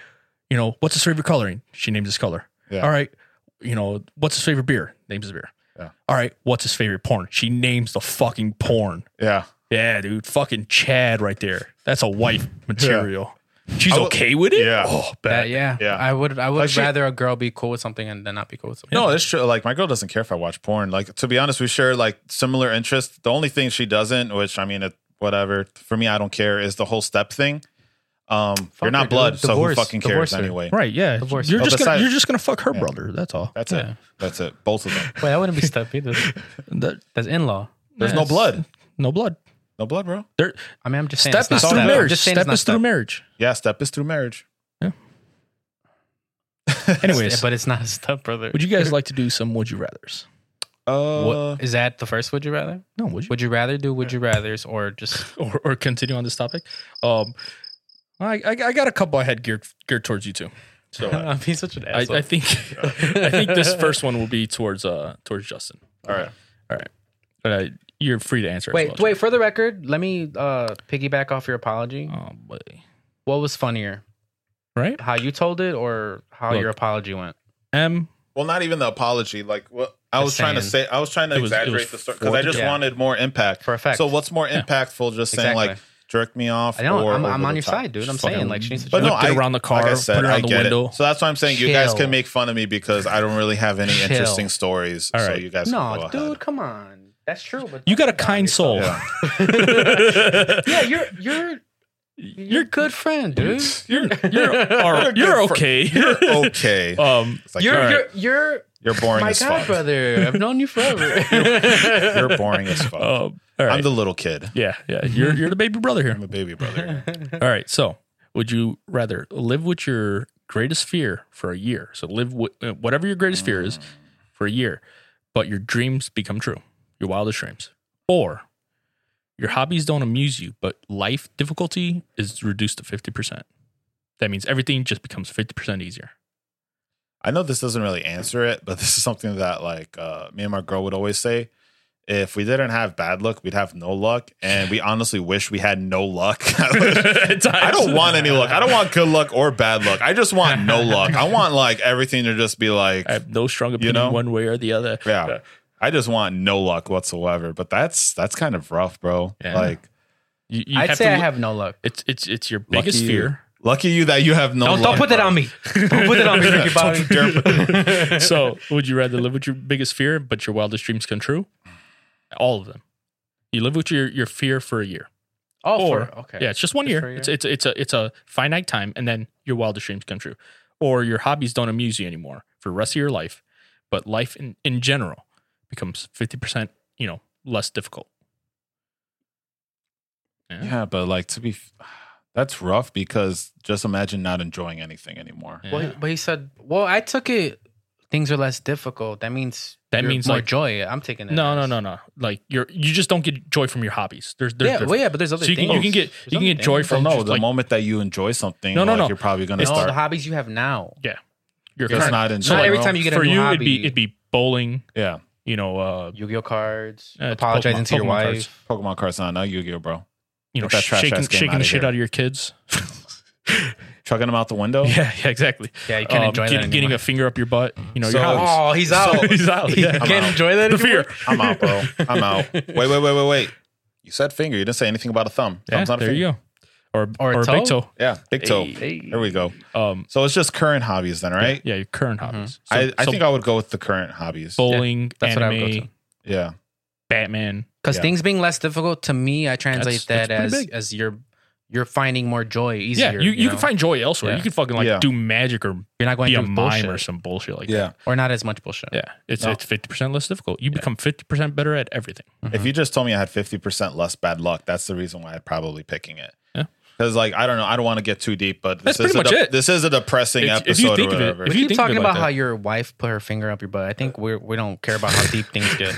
you know, what's his favorite coloring?" She names his color.
Yeah.
All right, you know, what's his favorite beer? Names his beer.
Yeah.
All right, what's his favorite porn? She names the fucking porn.
yeah.
Yeah, dude, fucking Chad right there. That's a wife material. She's
I will-
okay with it.
Yeah.
Oh,
That,
bad.
yeah,
Yeah.
I would. I would
Like, she-
rather a girl be cool with something and then not be cool with something.
No, it's true. Like my girl doesn't care if I watch porn. Like to be honest, we share like similar interests. The only thing she doesn't, which I mean, it, whatever for me, I don't care, is the whole step thing. Um,
her,
you're not
dude.
blood, so who
Divorce-
fucking
divorce
cares
her.
anyway?
Right, yeah.
Divorce.
You're
Oh,
just
besides-
gonna, you're just gonna fuck her brother. That's all.
That's
Yeah.
it. That's it. Both of them.
Wait, I wouldn't be stuffy. That's,
That-
that's in law.
There's
yeah,
no
it's-
blood.
No blood.
No blood, bro.
There,
I mean, I'm just saying.
step
it's not
is through
step.
I'm
marriage.
just saying it's
Step
not
is through marriage.
Yeah, step is through marriage.
Yeah,
Anyways,
but it's not a step brother.
would you guys like to do some would you rather's?
Uh,
What, is that the first? Would you rather?
No, would you?
Would you rather do would you rather's or just
or, or continue on this topic? Um, I, I I got a couple I had geared geared towards you two. So uh,
I'm being such an
I,
asshole?
I think I think this first one will be towards uh towards Justin.
all right.
Uh, you're free to answer. as
wait,
well,
wait. For the record, let me uh, piggyback off your apology.
Justin. Oh, buddy.
What was funnier,
right?
how you told it or how
Look.
your apology went?
M.
Well, not even the apology. Like what I
Just
was trying to
saying.
say, I was trying to
It was- it
exaggerate
was
the story because I just
Yeah.
wanted more impact.
For effect.
So what's more impactful? Just saying like
Exactly.
jerk me off.
I know.
or
I'm, I'm
over
on
the
your
top.
side, dude. I'm
Just
saying
fucking-
like she needs to.
But
chill.
no,
Whipped it
I-
around the car,
like I
put
said,
it
I
on the
get
window.
it. So that's why I'm saying you guys
Chill.
can make fun of me because I don't really have any
Chill.
interesting stories.
All
So
right.
you guys can
no,
go
dude,
ahead.
come on. That's true. But
You got a
Yeah,
kind
it's-
soul.
Yeah.
Yeah, you're you're you're a good friend, dude.
You're you're are, you're
good
okay.
okay.
um,
It's like,
you're
you're,
alright.
you're you're
you're boring
my
as fuck.
godbrother. I've known you forever.
You're boring as fuck.
um, all right.
I'm the little kid.
yeah, yeah. You're
Mm-hmm.
you're the baby brother here.
I'm a baby brother.
All right. So, would you rather live with your greatest fear for a year? So, live with uh, whatever your greatest fear
Mm.
is for a year, but your dreams become true, your wildest dreams, or your hobbies don't amuse you, but life difficulty is reduced to fifty percent. That means everything just becomes fifty percent easier.
I know this doesn't really answer it, but this is something that like uh, me and my girl would always say. If we didn't have bad luck, we'd have no luck, and we honestly wish we had no luck. I don't want any luck. I don't want good luck or bad luck. I just want no luck. I want like everything to just be like,
I have no strong opinion
know?
one way or the other.
yeah. I just want no luck whatsoever. But that's that's kind of rough, bro.
Yeah.
Like,
You, you
I'd
have
say
to
I
li-
have no luck.
It's it's it's your biggest
you.
fear.
lucky you that you have no.
Don't,
luck,
don't put that
bro.
on me. Don't put that on me, Ricky Bobby.
so would you rather live with your biggest fear but your wildest dreams come true all of them you live with your, your fear for a year
Oh,
or
for, okay.
yeah it's just one
Just
year.
for a year?
it's it's it's a it's a finite time and then your wildest dreams come true or your hobbies don't amuse you anymore for the rest of your life but life in, in general becomes 50% you know less difficult
Yeah, but like to be, f- that's rough because just imagine not enjoying anything anymore.
Well, he- but he said, "Well, I took it. Things are less difficult. That means
That
you're
means,
more
like-
joy. I'm taking it.
no no
as-
no no like you're you just don't get joy from your hobbies there's there's
Yeah, well, yeah, but there's other
so you
things.
can, you can get
There's
you can
other
get joy
things.
Well,
from
no,
just
the
like
moment that you enjoy something,
No, no,
like,
no.
you're probably gonna
No,
start.
the hobbies you have now.
your
It's
current-
not enjoying.
every
bro.
time you get a
for
new
you
hobby.
it'd be it'd be bowling
yeah,
you know, uh,
Yu-Gi-Oh cards.
Uh, it's
apologizing
Pokemon-
to your
Pokemon
wife.
cards.
Pokemon cards now, now Yu-Gi-Oh, bro.
you know,
Get that trash
shaking,
ass game
shaking the
outta
shit
here. Oh.
out of your kids.
Chugging them out the window.
yeah, yeah, exactly.
Yeah, you can't
Um,
enjoy
get-
that
Getting
anymore.
a finger up your butt, you know,
So-
your hobbies.
Oh, he's out.
He's out.
You
Yeah,
I'm
can't
out.
enjoy that
the
anymore.
fear.
I'm out, bro. I'm out. Wait, wait, wait, wait, wait. You said finger. You didn't say anything about a thumb.
Yeah,
Thumb's not a
there
finger.
you go. Or
Or
or,
a
a big
toe?
toe.
Yeah, big toe.
Hey.
There we go.
Um,
So it's just current hobbies then, right? Mm-hmm.
yeah, your current hobbies. So-
I, I
so
think I would go with the current hobbies.
bowling,
that's what I would go
anime,
to.
Yeah.
Batman.
Because
Yeah.
things being less difficult to me, I translate
That's- that's
that
pretty
as
big.
as you're you're finding more joy easier.
Yeah, you, you,
know?
can find joy elsewhere.
Yeah.
You can fucking like
Yeah.
do magic or
you're not going
be a
through
mime
bullshit
or some bullshit like
Yeah.
or not as much bullshit.
that. Yeah, it's
No. Mm.
it's fifty percent less difficult. You become fifty percent better at everything.
If you just told me I had 50% less bad luck, that's the reason why I'd probably picking it.
Yeah.
Because, like, I don't know. I don't want to get too deep, but
That's
this
pretty
is, a
much
de-
it.
this is a depressing
If-
episode
if you think
or
of it,
whatever.
if
We
you
keep
think
talking
about
about
that- Oh.
how your wife put her finger up your butt. I think we're we don't care about how deep things get.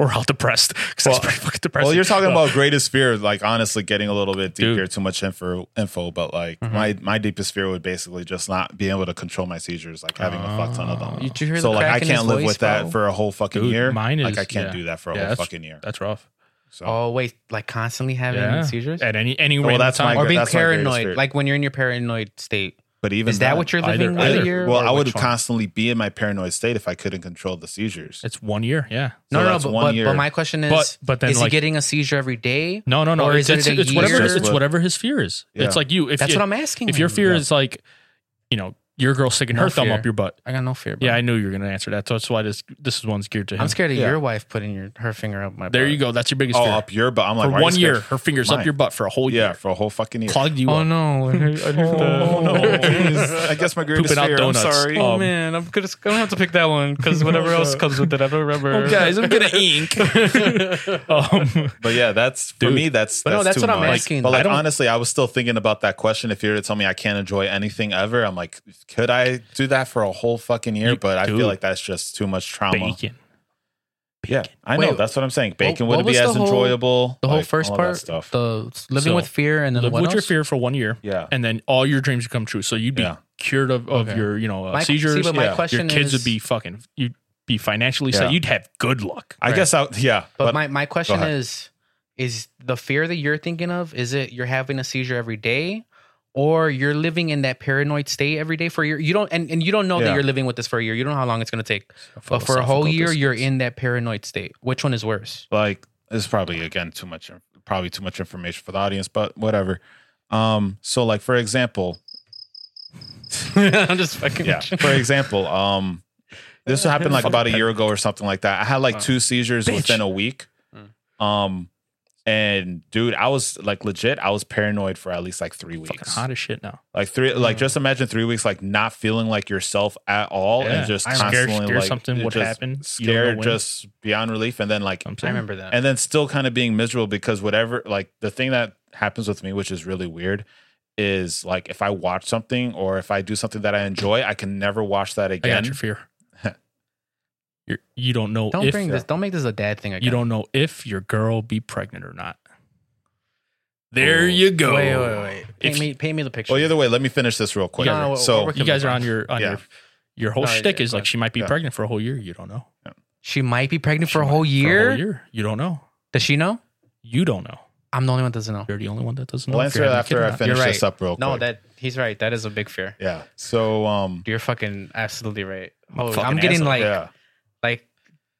or how depressed. Because
Well-
that's pretty fucking depressing.
well, you're talking
Uh,
about greatest fear, like, honestly, getting a little bit deep
Dude. Mm-hmm.
here, too much info, info but, like, my, my deepest fear would basically just not being able to control my seizures, like having a fuck ton of
Oh.
them.
Did you hear
so,
the
like,
crack
I
in his
can't live
voice,
with
bro?
that for a whole fucking
Dude,
year.
mine
like,
is-
I can't
yeah.
do that for a
Yeah,
whole
that's-
fucking year.
that's rough.
So.
Oh wait, like constantly having
Yeah.
seizures
At any any
Well,
random
that's my
time.
or being
that's my greatest fear.
paranoid. Like when you're in your paranoid state.
but even
Is that
then-
what you're
Either-
living with?
either.
here,
well,
or
I would
which one?
constantly be in my paranoid state if I couldn't control the seizures.
It's one year. Yeah.
No,
so
no, no.
that's
But,
one
but,
year.
but my question is:
But- but then,
is he
like-
getting a seizure every day?
No, no, no.
Or is
it's,
it a
it's, it's whatever.
year?
It's whatever his fear is.
Yeah.
It's like you. If
That's
you,
what I'm asking.
If your
him.
fear is like, you know, your girl sticking
No
her thumb
fear.
up your butt.
I got no fear. Bro.
Yeah, I knew you were gonna answer that. So that's why this this is one's geared to him.
I'm scared of
Yeah.
your wife putting your her finger up my.
There
butt.
you go. That's your biggest
uh,
oh,
fear.
up your butt. I'm like
for
why are you
one year,
scared?
her fingers
Mine.
up your butt for a whole
Yeah,
year.
for a whole fucking year.
Clogged you
Oh
up.
no! I heard- I heard that.
Oh, no. I guess my greatest
Pooping out
fear. I'm
donuts.
sorry.
Oh,
Oh
Um,
man, I'm gonna, I'm gonna have to pick that one because whatever else comes with it, I don't remember.
Oh,
I'm gonna ink. um,
But yeah, that's for
Dude.
me. That's
But
that's
no, that's
too
what I'm
much.
asking.
But
I
like
don't-
honestly, I was still thinking about that question. If you were to tell me I can't enjoy anything ever, I'm like, could I do that for a whole fucking year?
You-
but I
dude.
feel like that's just too much trauma.
bacon.
Yeah, I know.
Wait,
that's what I'm saying. Bacon
what
wouldn't be
was the
as
whole-
enjoyable.
The whole
like,
first
all that
part,
stuff.
the living
So,
with fear, and then
Live
what
with your
else?
fear for one year,
yeah,
and then all your dreams would come true. So you'd be
Yeah.
cured of, of
Okay.
your you know uh,
My- see,
seizures.
but my
Yeah.
question
your kids
is-
would be fucking. You'd be financially
Yeah.
set. You'd have good luck.
I
Right.
guess I yeah.
But, my, my question
ahead.
is: is the fear that you're thinking of? Is it you're having a seizure every day, or you're living in that paranoid state every day for a year. You don't and, and you don't know that
Yeah.
you're living with this for a year. You don't know how long it's gonna take. But for a whole year, you're in that paranoid state. Which one is worse?
like it's probably again too much probably too much information for the audience but whatever um so like for example
I'm just fucking
yeah for example um this happened like about a year ago or something like that i had like two seizures
Bitch. Mm.
within a week um and dude i was like legit i was paranoid for at least like three
fucking
weeks
hot Mm. as shit now.
like three like just imagine three weeks like not feeling like yourself at all
Yeah.
and just
I'm scared-
constantly
scared
like
something would
just
happen. You don't know
scared
when.
just beyond relief and then like
I'm
I
saying.
remember that.
and then still kind of being miserable because whatever like the thing that happens with me which is really weird is like if i watch something or if i do something that i enjoy i can never watch that
I got
again
your fear. You're, you don't know
don't
if
bring this don't make this a dad thing again.
you don't know if your girl be pregnant or not. There you go.
Oh. Wait, wait, wait. Paint
If- Oh,
me paint me the picture.
well either way let me finish this real quick
No, no,
so
we're-
You guys are on your on
Yeah.
your your whole
Sorry,
shtick
yeah,
is
go
like she might be
Yeah.
pregnant for a whole year. You don't know.
she might be pregnant
She
for a
might-
whole year.
For a whole year. You don't know.
Does she know?
You don't know.
I'm the only one that doesn't know.
You're the only one that doesn't know.
we'll
if
answer
you're
that
having a kid
after
or
i
not.
finish
You're
this
right.
up real
No,
quick
that he's right. That is a big fear.
yeah so um
You're fucking absolutely right.
a
Oh, I'm
fucking
getting
asshole.
like
yeah
like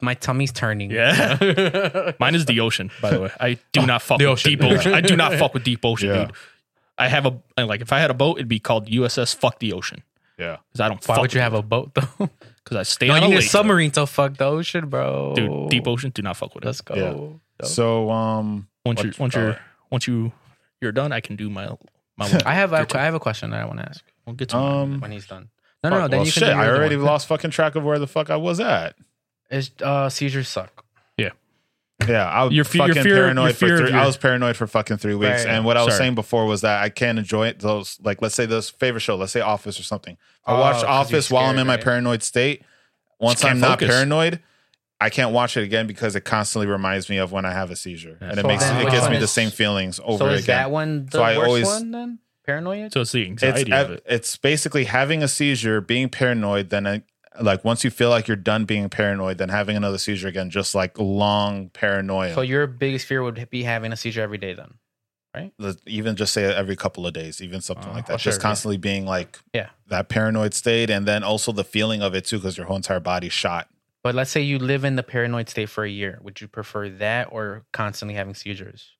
my tummy's turning.
Yeah. Mine is the ocean, by the way. I do not fuck with deep ocean. I do not fuck with deep ocean,
Yeah.
dude. I have a I- like if I had a boat, it'd be called USS Fuck the Ocean
yeah
because I don't.
Why
fuck
would you have a boat though?
Because I stay
no,
on
you
a
need a
lake,
submarine Oh. to fuck the ocean, bro.
dude. Deep ocean, do not fuck with
Let's
it.
go.
Yeah.
though.
so um
Once you
What-
once you're once you you're done, I can do my my. Work.
I have a,
Good
I have a question that I want to ask
We'll get to mine.
um
when he's done. No, no, no.
fuck,
Then
well,
you can
shit
do your
i
other
already
one.
lost fucking track of where the fuck i was at
Is uh, seizures suck?
Yeah, I was
Your fe- your
fucking
fear- your
paranoid for
fear of
three.
your-
I was paranoid for fucking three weeks.
Right.
And what I was
Sorry.
saying before was that I can't enjoy those. Like, let's say this favorite show. Let's say Office or something. I
Oh,
watch
'cause you're
Office while I'm
scared,
in my
right?
paranoid state. Once
can't
I'm not
focus.
paranoid, I can't watch it again because it constantly reminds me of when I have a seizure,
Yeah.
and it
So
makes
then
it
which
gives
one
me the
is-
same feelings over
so is
again.
that one the
So I
worst
always-
one then? Paranoia.
so it's the anxiety
it's
of
ev-
it.
it's basically having a seizure, being paranoid, then. uh, like once you feel like you're done being paranoid, then having another seizure again, just like long paranoia.
So your biggest fear would be having a seizure every day then.
the- even just say every couple of days, even something
Uh,
like
oh,
that.
sure,
just
yeah.
constantly being like
Yeah.
that paranoid state and then also the feeling of it too, because your whole entire body's shot.
But let's say you live in the paranoid state for a year. Would you prefer that or constantly having seizures?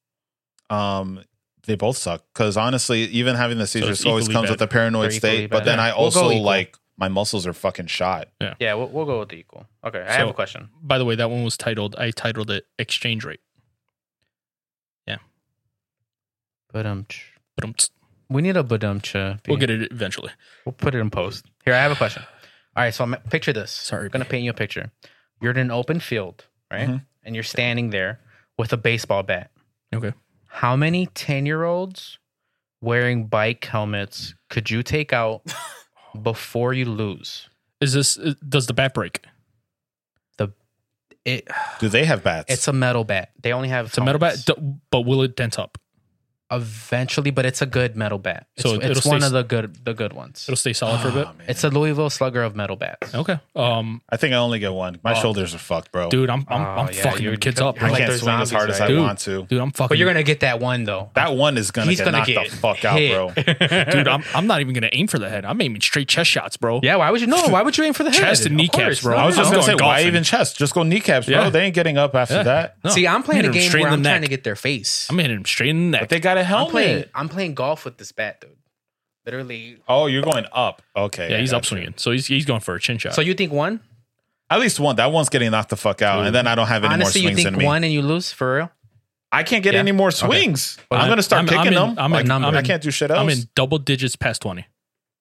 Um they both suck. Cause honestly, even having the seizures always
equally
comes
bad.
with a paranoid
They're equally
state. But
bad.
then
Yeah.
I
We'll go
also
equal.
like my muscles are fucking shot.
Yeah, we'll, we'll go with the equal. Okay, I have
So-
a question.
By the way, that one was titled. I titled it "Exchange Rate."
But um,
But I'm,
we need a badumcha.
we'll get it eventually.
We'll put it in post. Here, I have a question. All right, so I'm, picture this.
Sorry,
I'm gonna
babe.
paint you a picture. You're in an open field, right?
Mhm.
And you're standing there with a baseball bat.
Okay.
How many ten-year-olds wearing bike helmets could you take out before you lose?
Is this is- does the bat break?
It
Do they have bats?
it's a metal bat. They only have
It's a metal bat,
helmets.
d- but will it dent up?
Eventually, but it's a good metal bat. It's,
So it'll
it's
stay
one of
s-
the good the good ones.
It'll stay solid for a bit.
Ah, man.
It's a Louisville Slugger of metal bats.
Okay. Um,
I think I only get one. My
Oh.
shoulders are fucked, bro.
dude, I'm I'm,
Oh,
I'm
yeah,
fucking
you're-
kids up.
you're
I
bro.
like
can't
they're
swing as
zombies,
hard as
right?
I
Dude.
want to.
dude, I'm fucking.
But you're gonna get that one though.
That one is gonna
He's
get
gonna
knocked
get
the fuck out,
hit.
bro.
dude, I'm I'm not even gonna aim for the head. I'm aiming straight chest shots, bro.
Yeah, why would you no? Why would you aim for the head?
Chest and
Of
kneecaps,
course,
bro.
no,
I was
no,
just
no.
gonna say,
going
why
golfing.
even chest? Just go kneecaps, bro.
Yeah.
They ain't getting up after
Yeah.
that.
No,
See, I'm playing
hit
a
him
game
straight
where
in the
I'm trying
neck.
to get their face.
I'm hitting him straight in the neck.
But they got a
I'm
helmet.
playing. I'm playing golf with this bat, dude. Literally.
Oh, you're going up. Okay.
yeah, he's
gotcha.
upswinging, so he's he's going for a chin shot.
So you think one?
At least one. That one's getting knocked the fuck out, and then I don't have any
Honestly,
more
you
swings
think
in me.
one and you lose for real?
I can't get
Yeah.
any more swings.
Well,
I'm gonna start
I'm- I'm
kicking
in-
them.
I'm in
Like,
number.
I can't do shit else.
I'm in double digits past twenty.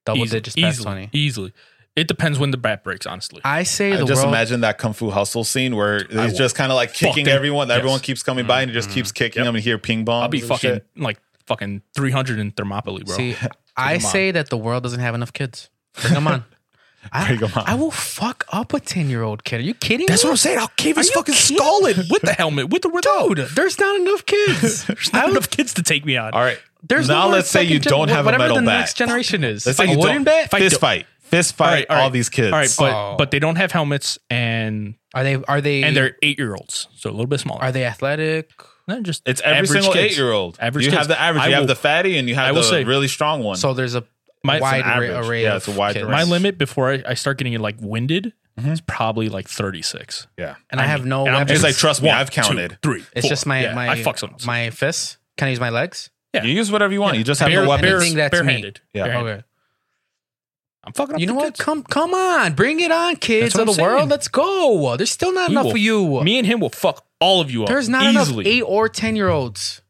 Double
Easy-
digits past
easily,
twenty.
Easily, it depends when the bat breaks. Honestly,
I say
I
the
just
world.
imagine that kung fu hustle scene where
will
he's just kind of like kicking
fucking-
everyone.
Yes.
Everyone keeps coming by and he just keeps kicking
Yep.
them and hear ping pong.
I'll be fucking like fucking three hundred in Thermopylae, bro.
see, I
Come on.
say that the world doesn't have enough kids. Bring them on. I,
Bring 'em on.
I will fuck up a ten year old kid. Are you kidding?
That's
me?
what I'm saying. I'll cave his
you
fucking
kidding?
skull in with the helmet, with the without.
Dude, there's not enough kids.
There's not enough kids to take me on.
All right.
There's
now
no more
let's say you
second gen-
don't have a
whatever
metal
the
bat.
next generation is.
Let's say
a
you
wooden
don't.
bat.
I
Fist
don't-
fight. Fist fight. All, these kids.
All right, but
Oh.
but they don't have helmets and
Are they? Are they?
and they're eight year olds, so a little bit smaller.
Are they athletic?
Not just
It's every
average
single
kids.
eight year old.
Average
You
kids.
have the average.
I
you
will-
have the fatty, and you
I
have
will
the
say-
really strong one.
So there's a
My-
wide
It's an
array,
average.
array
Yeah,
of
it's a wide
kids.
array.
My limit before I, I start getting like winded
Mm-hmm.
is probably like 36.
yeah,
and I, have no
And I'm
weapons.
it's like trust me,
One,
I've
two,
counted.
three.
it's
four.
just my
Yeah,
my
I fuck some.
my fists. Can I use my legs?
Yeah.
You use whatever you want. You just have
Bare-
the
I
weapons.
think that's me.
barehanded.
Yeah.
Barehanded.
Okay.
I'm fucking up.
You know
the
what?
kids.
Come come on, bring it on, kids
That's what
of the
I'm saying.
world. Let's go. There's still not
We
enough
will-
for you.
Me and him will fuck all of you up.
There's not
easily.
enough eight or ten year olds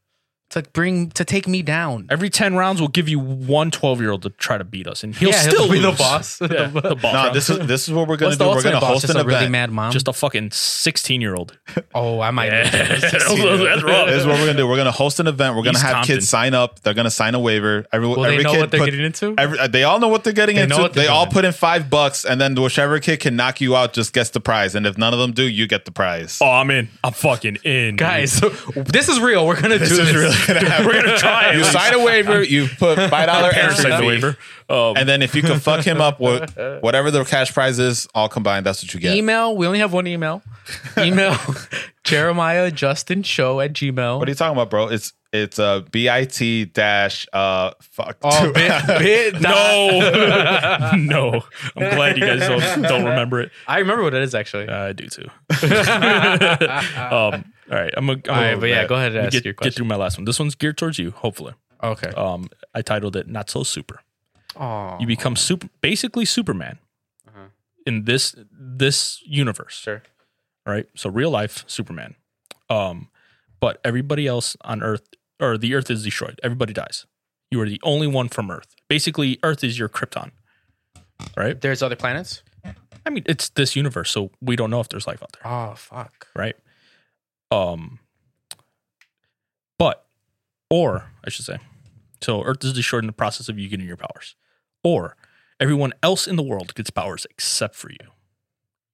to bring to take me down.
Every 10 rounds, we'll give you one 12 year old to try to beat us. And he'll
Yeah, he'll
still
be the
lose.
boss.
Yeah, the boss.
No,
round.
this is this is what we're gonna
What's the
do. We're
ultimate
gonna
boss?
host
Just
an
a really
event.
mad mom.
just a fucking 16 year old.
oh, I might.
That's
This is what
rough.
we're gonna do. We're gonna host an event. We're gonna
East
have
Compton.
kids sign up. They're gonna sign a waiver. Every,
Will
every
they know
kid
what they're
put-
getting into?
Every, uh, they all know what they're getting
They know
into.
what they're
They all
doing.
put in five bucks, and then whichever kid can knock you out just gets the prize. And if none of them do, you get the prize.
Oh, I'm in. I'm fucking in.
Guys, so, this is real. We're gonna do this.
gonna happen.
We're gonna try it.
You sign a waiver. You put five dollar
Parents
entry
signed the
fee,
waiver. Um,
and then if you can fuck him up with whatever the cash prize is, all combined, that's what you get.
Email. We only have one email. Email Jeremiah Justin Show at Gmail.
What are you talking about, bro? It's it's a uh, bit dash uh fuck.
oh, bit, bit,
no, no. I'm glad you guys don't, don't remember it.
I remember what it is actually.
I do too. um, all right, I'm gonna. I'm
All
gonna-
right, but yeah, go ahead and
let me
ask
Oh, get,
your
get through my last one. This one's geared towards you, hopefully.
Okay.
Um, I titled it "Not So Super."
Oh,
You become super, basically Superman
Uh-huh.
in this this universe.
sure.
All right, so real life Superman. Um, but everybody else on Earth or the Earth is destroyed. Everybody dies. You are the only one from Earth. Basically, Earth is your Krypton. All Right.
There's other planets.
I mean, it's this universe, so we don't know if there's life out there,
Oh fuck.
right? Um, but or I should say, so Earth is destroyed in the process of you getting your powers, or everyone else in the world gets powers except for you.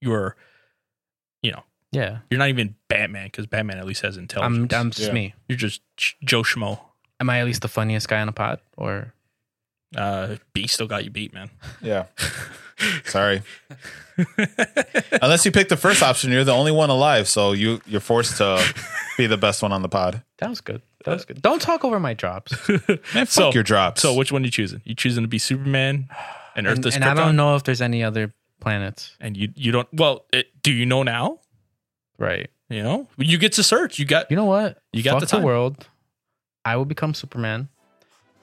You're, you know,
Yeah.
you're not even Batman because Batman at least has
I'm.
intelligence.
I'm just
Yeah.
me.
you're just Ch- Joe Schmo.
Am I at least the funniest guy on a pod? Or
Uh, B still got you beat, man.
Yeah. Sorry. Unless you pick the first option, you're the only one alive, so you you're forced to be the best one on the pod.
that was good. That was good. Don't talk over my drops.
Man, fuck
So-
your drops.
So which one you choosing? You choosing to be Superman and Earth
and,
is
and I don't
Krypton?
know if there's any other planets.
And you you don't well it, do you know now?
Right.
You know, you get to search. You got
You know what?
You
Fuck
got the time.
world. I will become Superman,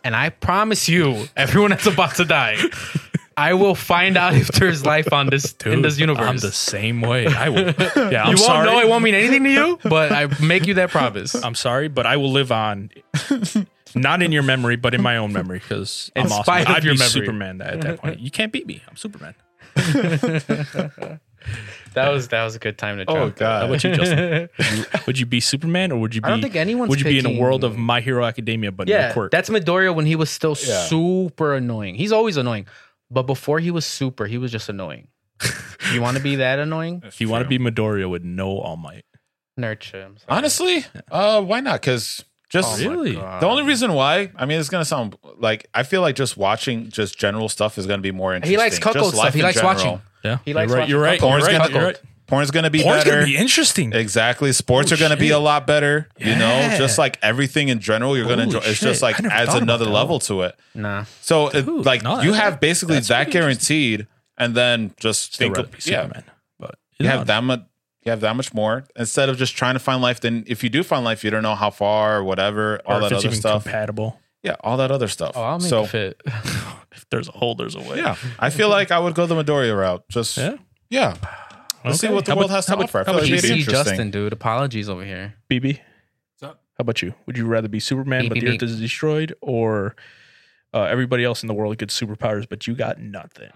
and I promise you, everyone that's about to die, I will find out if there's life on this in this universe.
I'm the same way. I will. Yeah, I'm
you won't
sorry.
know. It won't mean anything to you, but I make you that promise.
I'm sorry, but I will live on. Not in your memory, but in my own memory, because I'm
In
awesome.
spite of
I'd
your
be
memory.
Superman at that point. You can't beat me. I'm Superman.
that was that was a good time to.
oh
joke.
How
god.
about you, Justin? would you be Superman, or would you be?
I don't think anyone's
Would you be in a
picking-
world of My Hero Academia, but no
Yeah,
quirk?
that's Midoriya when he was still
Yeah.
super annoying. He's always annoying, but before he was super, he was just annoying. you want to be that annoying?
if you want to be Midoriya with no All Might,
Nurture him.
Honestly, uh why not? Cuz
Oh
just
my Really?
The only reason why, I mean, it's gonna sound like I feel like just watching just general stuff is gonna be more interesting.
He likes
Just
cuckold
life
stuff. He
in
likes
general.
watching.
yeah,
He likes
you're
watching
right. You're right. You're
Porn's
right.
gonna,
you're right.
porn's gonna be
Porn's
better.
gonna be interesting.
Exactly. Sports
Oh,
are going to be
shit.
a lot better. You know,
Yeah.
just like everything in general, you're going to
Holy
enjoy. It's
shit.
just like
I never
adds
thought about
another
that.
level to it.
Nah.
So, it,
Dude,
like,
no,
you
that's-
have basically
that's
that
pretty
guaranteed, and then just
Still
think
rather
of
be
yeah,
Superman, but
you have
No,
that much. You have that much more instead of just trying to find life. Then, if you do find life, you don't know how far or whatever,
or
all
if
that
it's
other
even
stuff.
compatible.
yeah, all that other stuff.
Oh, I'll make
so,
it fit.
If there's a hole, there's a way.
yeah, I feel like I would go the Midoriya route. Just
Yeah.
yeah, Let's see
Okay.
what the
How
world
about-
has to
how about-
offer. I
how
feel like
about
it'd be
you?
BB
interesting.
Justin, dude. Apologies over here.
BB,
What's up?
how about you? Would you rather be Superman
Beep,
but
beep,
the Earth
beep.
is destroyed, or uh, everybody else in the world gets superpowers but you got nothing?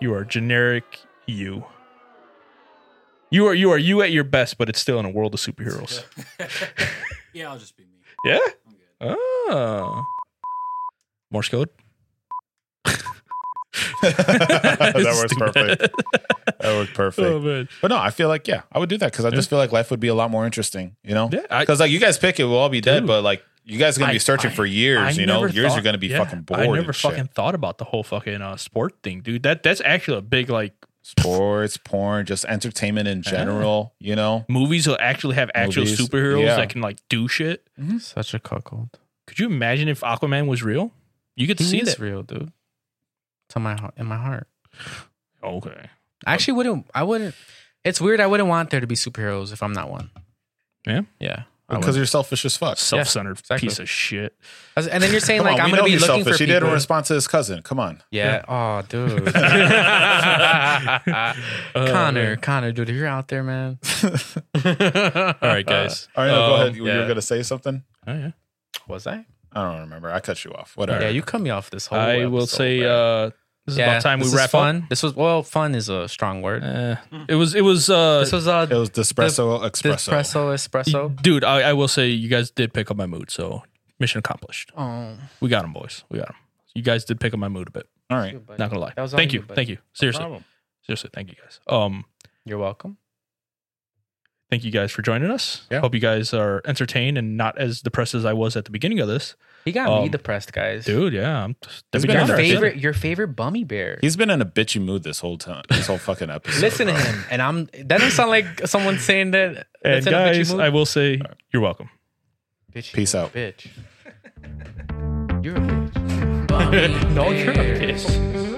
You are generic you. You are you are you at your best, but it's still in a world of superheroes.
yeah, I'll just be me.
Yeah.
I'm good.
Oh. Morse code.
that works
Stupid.
perfect. That works perfect.
Oh man.
But no, I feel like yeah, I would do that because I just feel like life would be a lot more interesting, you know.
Yeah, I-
Because like you guys pick it, we'll all be dead,
Dude.
but like you guys are gonna
I-
be searching
I-
for years,
I
you know.
never
Years you're
thought-
gonna be
yeah,
fucking bored.
I
and
never
shit.
fucking thought about the whole fucking uh, sport thing, dude. That that's actually a big like
sports, porn, just entertainment in general, you know?
Movies will actually have actual
Movies,
superheroes
yeah.
that can like do shit.
Such a cuckold.
Could you imagine if Aquaman was real? You could
He
see
is
that.
real, dude. To my heart, in my heart.
Okay.
I actually wouldn't. I wouldn't. It's weird. I wouldn't want there to be superheroes if I'm not one.
Yeah?
Yeah. I
Because
wouldn't.
you're selfish as fuck.
Self-centered
exactly.
piece of shit.
As- and then you're saying
Come
like
on,
I'm
we
gonna
know
be
he's
looking
selfish.
for
He did
people.
in response to his cousin. Come on.
yeah. Oh, dude.
Uh,
Oh,
Connor, Connor, dude, if you're out there, man.
All right, guys.
All right, no,
Um,
go ahead. You you
yeah.
were going to say something?
Oh, yeah.
Was I?
I don't remember. I cut you off. Whatever.
Yeah, you cut me off this whole.
I will
episode,
say
bro.
uh, this is about time we
this is
wrap up.
fun. This was well, fun is a strong word.
Uh,
Hmm.
it was it was uh
this was uh,
it was Despresso Espresso.
espresso, espresso.
dude I, I will say you guys did pick up my mood so mission accomplished
Oh,
we got him boys we got him you guys did pick up my mood a bit
All right.
not gonna lie
That was on
thank
you,
you
buddy.
thank you seriously
problem.
seriously thank you guys um
You're welcome.
thank you guys for joining us
Yeah.
hope you guys are entertained and not as depressed as i was at the beginning of this
He got me
Um,
depressed, guys.
dude yeah i'm just-
It's been
Debbie
your
interesting.
Downer.
favorite, your favorite bummy bear.
He's been in a bitchy mood this whole time, this whole fucking episode.
Listen to
bro.
him, and I'm. That doesn't sound like someone saying that.
and
that's in a bitchy
guys
mood.
i will say you're welcome
Bitch,
Peace
you're a
out.
bitch. You're a bitch. Bummy
no you're a
bear.
bitch